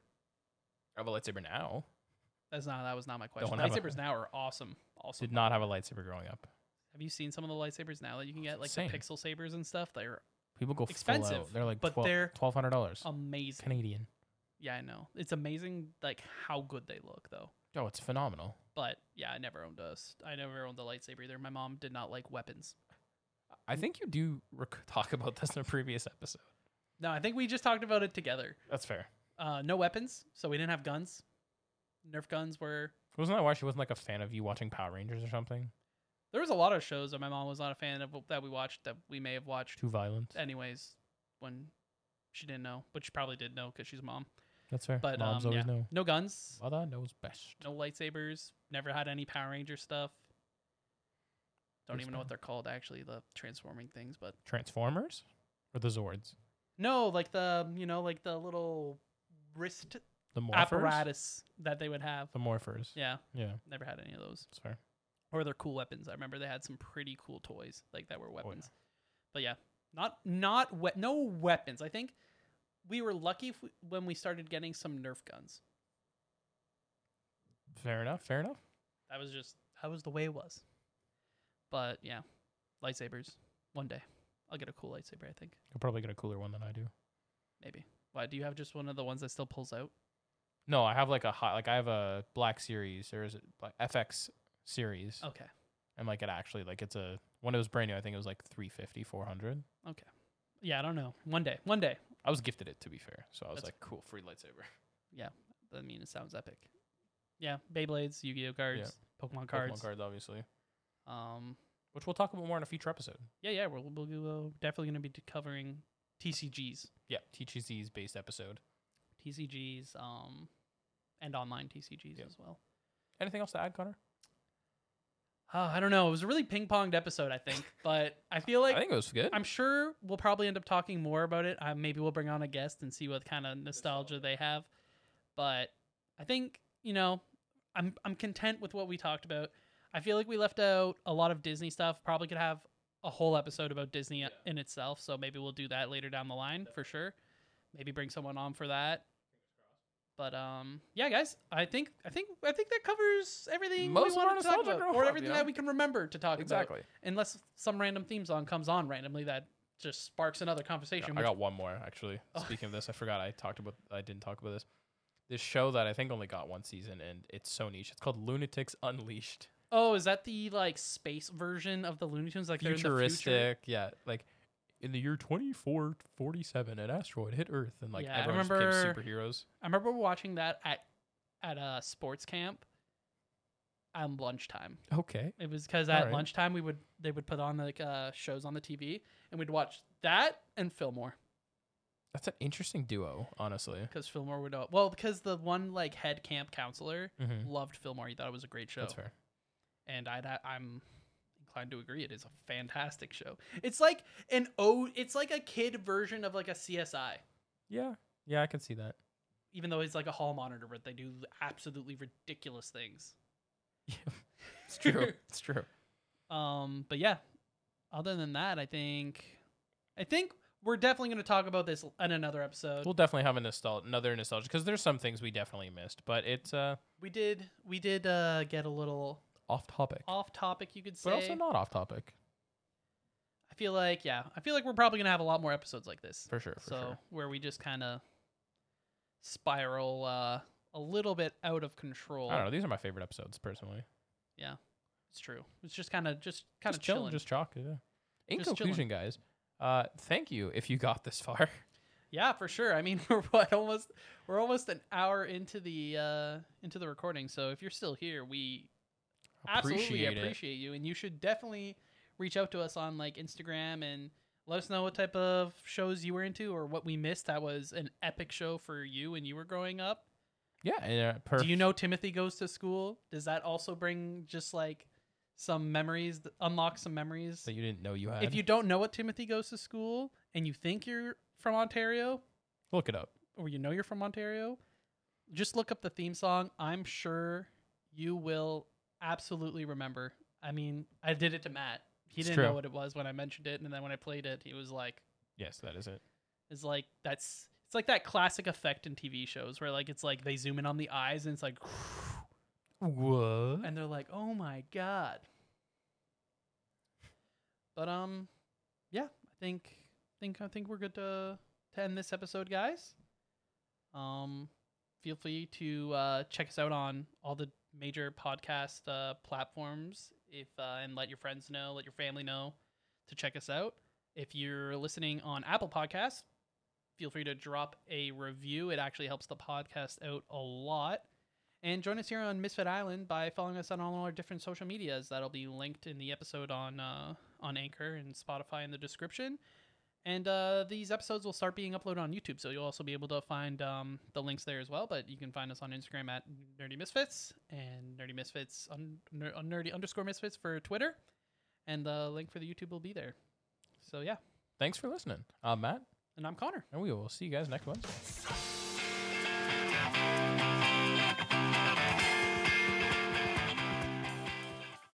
B: I have a lightsaber now.
A: That's not. That was not my question.
B: Don't have a-
A: Lightsabers now are awesome. Awesome.
B: Did not have a lightsaber growing up.
A: Have you seen some of the lightsabers now that you can get, like
B: insane.
A: the pixel sabers and stuff? They're
B: People go Full
A: Expensive,
B: out. They're like
A: but they're
B: twelve hundred dollars
A: amazing.
B: Canadian.
A: Yeah, I know. It's amazing like how good they look though.
B: Oh, it's phenomenal.
A: But yeah, I never owned a s- I never owned a lightsaber either. My mom did not like weapons.
B: I think you do rec- talk about this in a previous episode.
A: No, I think we just talked about it together.
B: That's fair.
A: Uh, no weapons, so we didn't have guns. Nerf guns were
B: Wasn't that why she wasn't like a fan of you watching Power Rangers or something?
A: there was a lot of shows that my mom was not a fan of that we watched that we may have watched
B: Too violent.
A: anyways when she didn't know, but she probably did know because she's a mom.
B: That's fair.
A: But
B: Moms
A: um, yeah,
B: always know.
A: no guns,
B: Mother knows best.
A: no lightsabers. Never had any Power Ranger stuff. Don't
B: Good
A: even know what
B: stuff.
A: they're called actually, the transforming things, but
B: Transformers or the Zords?
A: No, like the you know, like the little wrist
B: The Morphers?
A: apparatus that they would have.
B: The Morphers. Yeah.
A: Yeah, never had any of those.
B: that's fair.
A: Or their cool weapons. I remember they had some pretty cool toys like that were
B: yeah.
A: weapons. But yeah, not not we- no weapons. I think we were lucky if we, when we started getting some Nerf guns.
B: Fair enough. Fair enough.
A: That was just that was the way it was. But yeah, lightsabers. One day, I'll get a cool lightsaber. I think
B: You'll probably get a cooler one than I do.
A: maybe. Why do you have just one of the ones that still pulls out?
B: No, I have like a hot, like I have a Black Series or is it Black FX Series?
A: Okay,
B: And like it actually, like it's a, when it was brand new, I think it was like 350, 400.
A: yeah, I don't know. One day, one day.
B: I was gifted it to be fair. So I was
A: That's-
B: like, cool, free lightsaber.
A: I mean, it sounds epic. Yeah, Beyblades, Yu-Gi-Oh cards, Pokemon cards.
B: Pokemon cards, obviously.
A: Um,
B: Which we'll talk about more in a future episode.
A: yeah, yeah, we're, we'll, go- definitely going to be t- covering TCGs,
B: Yeah. TGC's based episode.
A: TCGs, um, and online TCGs
B: Yeah.
A: as well.
B: Anything else to add, Connor?
A: Uh, I don't know. It was a really ping-ponged episode, I think, but I feel like
B: I think it was good.
A: I'm sure we'll probably end up talking more about it. Uh, maybe we'll bring on a guest and see what kind of nostalgia they have. But I think you know, I'm I'm content with what we talked about. I feel like we left out a lot of Disney stuff. Probably could have a whole episode about Disney in itself. So maybe we'll do that later down the line for sure. Maybe bring someone on for that. But um, yeah, guys, I think I think I think that covers everything
B: Most
A: we
B: of
A: wanted
B: our
A: to talk
B: nostalgia
A: about,
B: grew
A: or
B: up,
A: everything
B: you know?
A: that we can remember to talk about
B: exactly.
A: unless some random theme song comes on randomly that just sparks another conversation.
B: I
A: which-
B: got one more actually.
A: Oh.
B: Speaking of this, I forgot I talked about I didn't talk about this. This show that I think only got one season and it's so niche. It's called Lunatics Unleashed.
A: oh, is that the like space version of the Looney Tunes? Like
B: Futuristic,
A: They're in the future?
B: yeah. Like in the year twenty four forty seven, an asteroid hit Earth and like
A: Yeah, I
B: everyone just
A: remember-
B: became superheroes.
A: I remember watching that at at a sports camp. At lunchtime,
B: Okay,
A: it was because at
B: Alright.
A: lunchtime we would they would put on like uh, shows on the TV and we'd watch that and Fillmore
B: that's an interesting duo, honestly.
A: because Fillmore would uh, well because the one like head camp counselor
B: hmm
A: loved Fillmore. He thought it was a great show.
B: That's fair.
A: and I'd, ha- I'm inclined to agree. It is a fantastic show. It's like an o. It's like a kid version of like a CSI,
B: Yeah, yeah, I can see that.
A: even though it's like a hall monitor, but they do absolutely ridiculous things.
B: It's true. it's true.
A: Um, but yeah. Other than that, I think, I think we're definitely going to talk about this in another episode.
B: We'll definitely have a nostal- another nostalgia because there's some things we definitely missed, but it's uh
A: we did, we did uh, get a little
B: off topic,
A: off topic, you could say.
B: but also not off topic
A: I feel like, yeah, I feel like we're probably going to have a lot more episodes like this.
B: for sure. For
A: so
B: sure.
A: where we just kind of spiral uh, a little bit out of control.
B: I don't know. These are my favorite episodes, personally.
A: It's true. It's just kind of just kind of
B: just chill,
A: chilling.
B: just chalk. Yeah. In
A: Just chilling.
B: conclusion, guys, uh, thank you if you got this far.
A: Yeah, for sure. I mean, we're what almost we're almost an hour into the uh, into the recording. So if you're still here, we absolutely
B: Appreciate it.
A: appreciate you, and you should definitely reach out to us on like Instagram and let us know what type of shows you were into or what we missed that was an epic show for you when you were growing up.
B: Yeah. And, uh, per-
A: Do you know Timothy goes to school? Does that also bring just like some memories, th- unlock some memories?
B: that you didn't know you had?
A: If you don't know what Timothy goes to school and you think you're from Ontario
B: look it up,
A: or you know you're from Ontario, just look up the theme song. I'm sure you will absolutely remember. I mean, I did it to Matt. He
B: It's
A: didn't know
B: true.
A: what it was when I mentioned it, and then when I played it, he was like,
B: yes, that is it.
A: "It's like that's it's like that classic effect in TV shows where like it's like they zoom in on the eyes and it's like."
B: What?
A: and they're like, "Oh my god." But um, yeah, I think think I think we're good to to end this episode, guys. Um, feel free to uh, check us out on all the major podcast uh, platforms. If uh, and let your friends know, let your family know to check us out. If you're listening on Apple Podcasts, feel free to drop a review. It actually helps the podcast out a lot. And join us here on Misfit Island by following us on all our different social medias. That'll be linked in the episode on uh, on Anchor and Spotify in the description. And uh, these episodes will start being uploaded on YouTube, so you'll also be able to find um, the links there as well. But you can find us on Instagram at Nerdy Misfits and Nerdy Misfits un- ner- uh, Nerdy underscore Misfits for Twitter, and the link for the YouTube will be there. So yeah,
B: Thanks for listening. I'm Matt,
A: and I'm Connor.
B: and we will see you guys next Wednesday.
C: Suck